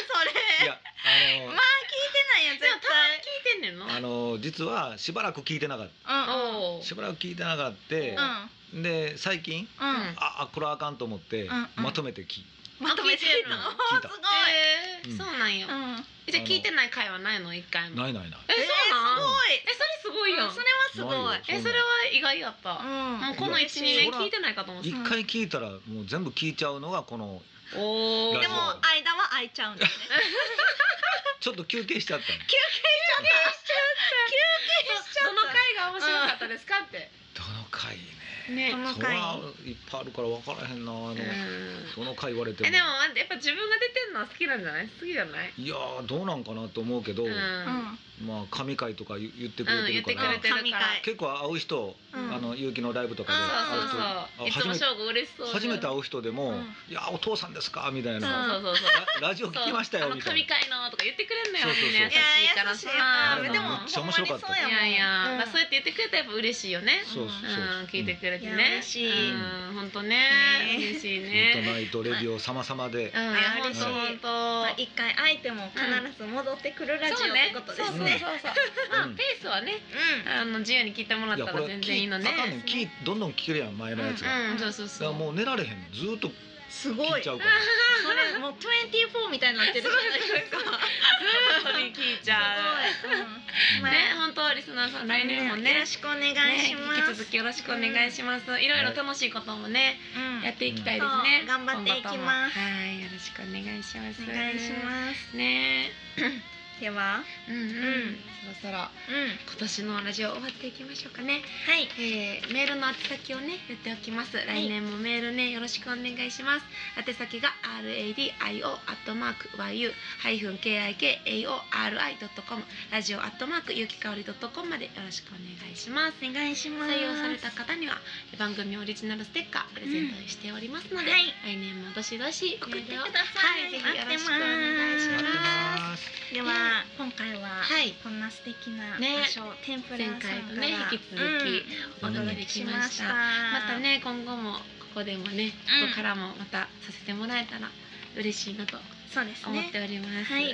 Speaker 1: それ。
Speaker 3: やあの、
Speaker 1: まあ聞いてないやん絶
Speaker 2: でも
Speaker 1: 対。
Speaker 2: 聞いてんねんの。
Speaker 3: あの実はしばらく聞いてなかっ
Speaker 1: うんうん。
Speaker 2: おお
Speaker 3: た。しばらく聞いてなかった、
Speaker 1: う
Speaker 3: で最近
Speaker 1: んうん。
Speaker 3: ああこれはあかんと思って、
Speaker 1: んうん
Speaker 3: まとめて聞
Speaker 1: まとめてるの。
Speaker 2: あ
Speaker 3: 聞いて
Speaker 1: おー
Speaker 3: る
Speaker 1: す
Speaker 2: え
Speaker 3: うん
Speaker 2: ー、そうなんよ
Speaker 1: ごい。う。ん。
Speaker 2: えじゃあ聞いてない回はないの一回も。
Speaker 3: ないないない
Speaker 2: え
Speaker 1: えー
Speaker 2: そうなん。
Speaker 1: す
Speaker 2: えそれすごい
Speaker 1: ごい。
Speaker 2: よ。
Speaker 1: うんそれはすごい。
Speaker 2: えそれは意外やった。
Speaker 1: うん
Speaker 2: もうこの
Speaker 1: 嬉し
Speaker 2: 一
Speaker 1: い
Speaker 2: 二年聞いてないかと思って
Speaker 3: 一
Speaker 2: た。
Speaker 3: 回聞いたらもう全部聞いちゃうのがこの
Speaker 2: おお。
Speaker 3: ラ
Speaker 1: で
Speaker 3: ジ
Speaker 1: も
Speaker 3: オ
Speaker 1: 間は空いちゃうん
Speaker 2: *laughs*
Speaker 1: ですね。
Speaker 3: ちょっと休憩しちゃったの
Speaker 1: 休憩しちゃ
Speaker 2: どの回が面白かったですかって。
Speaker 3: どの回ね
Speaker 2: ね
Speaker 1: その
Speaker 3: そり
Speaker 1: 回
Speaker 3: ゃいっぱいあるから分からへんなあの
Speaker 2: うん
Speaker 3: どの回言われても
Speaker 2: えでも待ってやっぱ自分が出てるのは好きなんじゃない好きじゃない
Speaker 3: いやーどうなんかなと思うけど、
Speaker 2: うん、
Speaker 1: うん
Speaker 3: まあ神回とか言言ってく
Speaker 2: うん、
Speaker 3: れ
Speaker 2: 言って
Speaker 3: てる
Speaker 2: く
Speaker 3: から、
Speaker 2: れてる
Speaker 1: 神
Speaker 2: か
Speaker 1: 回
Speaker 2: ら
Speaker 3: 結構会う人、
Speaker 1: うん
Speaker 3: あの結城のライブとかで
Speaker 2: そうそう
Speaker 3: 会
Speaker 2: そういつも
Speaker 3: あ初
Speaker 2: 翔
Speaker 3: め
Speaker 2: 吾嬉しそう
Speaker 3: う人初めて
Speaker 2: う
Speaker 3: 会う人でも
Speaker 1: う
Speaker 3: 「
Speaker 1: ん
Speaker 3: いやお父さんですか」みたい
Speaker 2: そう
Speaker 3: な、
Speaker 2: そうそうそう
Speaker 3: ララジオ聞きました
Speaker 2: あ
Speaker 3: よ
Speaker 2: の
Speaker 3: みたい
Speaker 2: 神回
Speaker 3: な。
Speaker 2: のとか言ってくれんのよ
Speaker 3: そうそうそう
Speaker 2: みんな優しいからさ
Speaker 1: や
Speaker 3: 優しい
Speaker 1: 優しいあで
Speaker 3: あれ
Speaker 1: も
Speaker 3: めっちゃ面白かった
Speaker 1: ほんまにそうやもん
Speaker 2: いやいや、
Speaker 1: うん
Speaker 2: まあ、そうやって言ってくれたらやっぱ嬉しいよね
Speaker 3: そうそう
Speaker 2: う
Speaker 3: そ
Speaker 1: ん
Speaker 3: うん
Speaker 2: 聞いてくれて
Speaker 1: い
Speaker 2: ね
Speaker 1: や嬉しい
Speaker 2: うん本当ね
Speaker 1: ね
Speaker 2: 嬉しい
Speaker 3: ミッド
Speaker 2: ね
Speaker 3: ナイトレディオ様々
Speaker 2: う、ん
Speaker 3: で
Speaker 2: い
Speaker 1: あ
Speaker 2: や本
Speaker 1: 嬉しい
Speaker 2: 当本当
Speaker 1: まあ一回会えても必ず戻ってくるラジオっ
Speaker 2: そうね
Speaker 1: てことです
Speaker 2: そうそう
Speaker 1: ね。
Speaker 2: そうそう
Speaker 3: う
Speaker 2: ま
Speaker 3: ん
Speaker 2: あペースはね
Speaker 1: うん
Speaker 2: あの自由に聞いてもらっ
Speaker 3: いや
Speaker 2: た
Speaker 3: こ
Speaker 2: ら
Speaker 3: れ
Speaker 2: 全然いいの
Speaker 3: 聞
Speaker 2: ね
Speaker 3: あかんねん聞いどんどん聞けるやん前のやつが、
Speaker 2: うんそうそう
Speaker 3: だ
Speaker 2: そ
Speaker 3: か
Speaker 2: う
Speaker 3: らもう寝られへんずーっと
Speaker 1: すご
Speaker 3: 聞
Speaker 1: い。
Speaker 3: いち
Speaker 1: そ
Speaker 3: ゃ
Speaker 1: れ
Speaker 3: うから
Speaker 1: もう24みたいになってるじゃないですか。
Speaker 2: ずっとに聞いちゃう
Speaker 1: すごい。うんまあ
Speaker 2: ね本当リスナーさん来年も
Speaker 1: よ
Speaker 2: ね
Speaker 1: ろしくお願い
Speaker 2: ね
Speaker 1: しま
Speaker 2: 引き
Speaker 1: す。
Speaker 2: 続きよろしくお願いしますいろいろ楽しいこともね
Speaker 1: うん
Speaker 2: やっていきたいですね
Speaker 1: そう頑張っていきます
Speaker 2: 今後ともはいよろしくお願いします
Speaker 1: お願いします。
Speaker 2: すね
Speaker 1: では、
Speaker 2: うんうん
Speaker 1: うん
Speaker 2: そろそろ
Speaker 1: うん、
Speaker 2: 今年のラジオ終わっていきましょうかね、
Speaker 1: はい。
Speaker 2: えー、メールの宛先をね言っておきます来年もメールねよろしくお願いします宛先が radio アットマーク yu ハイフン kikaori ドットコムラジオアットマークゆきかおりドットコムまでよろしくお願いします
Speaker 1: お願いします。
Speaker 2: 採用された方には番組オリジナルステッカープレゼントしておりますので、
Speaker 1: はい
Speaker 2: 来年もどしどし
Speaker 1: 送ってください
Speaker 2: はい、ぜひよろしくお願いし
Speaker 3: 待って
Speaker 2: ます。
Speaker 3: ます
Speaker 1: では、今回は、
Speaker 2: はい、
Speaker 1: こんな素敵な
Speaker 2: ね
Speaker 1: 場所、天ぷら屋さんから
Speaker 2: 前回とね引き続きお
Speaker 1: うん、お
Speaker 2: 届
Speaker 1: 届
Speaker 2: け
Speaker 1: け
Speaker 2: し
Speaker 1: し
Speaker 2: ま
Speaker 1: ま
Speaker 2: し
Speaker 1: したた。
Speaker 2: ま
Speaker 1: ま
Speaker 2: たね今後もここでもね
Speaker 1: うん
Speaker 2: ここからもまたさせてもらえたら嬉しいなと
Speaker 1: そうです
Speaker 2: 思っ
Speaker 1: ね。
Speaker 2: ております。
Speaker 1: はい
Speaker 2: は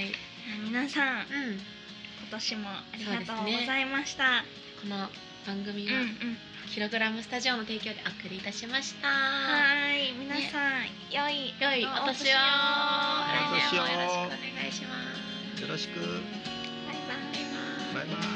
Speaker 2: い、
Speaker 1: 皆さん、今
Speaker 2: うん、
Speaker 1: 年もありがとうございました。
Speaker 2: この番組
Speaker 1: う
Speaker 2: は
Speaker 1: んうん。
Speaker 2: キログラムスタジオの提供でお送りいたしました。
Speaker 1: はい、皆さん、良い
Speaker 2: 良いお
Speaker 1: お
Speaker 2: 年を
Speaker 1: 年を
Speaker 2: 来年もよろしくお
Speaker 3: お年を
Speaker 2: 願いします。
Speaker 3: よろしく
Speaker 1: バイバイ。
Speaker 2: バイバイ
Speaker 3: バイバイ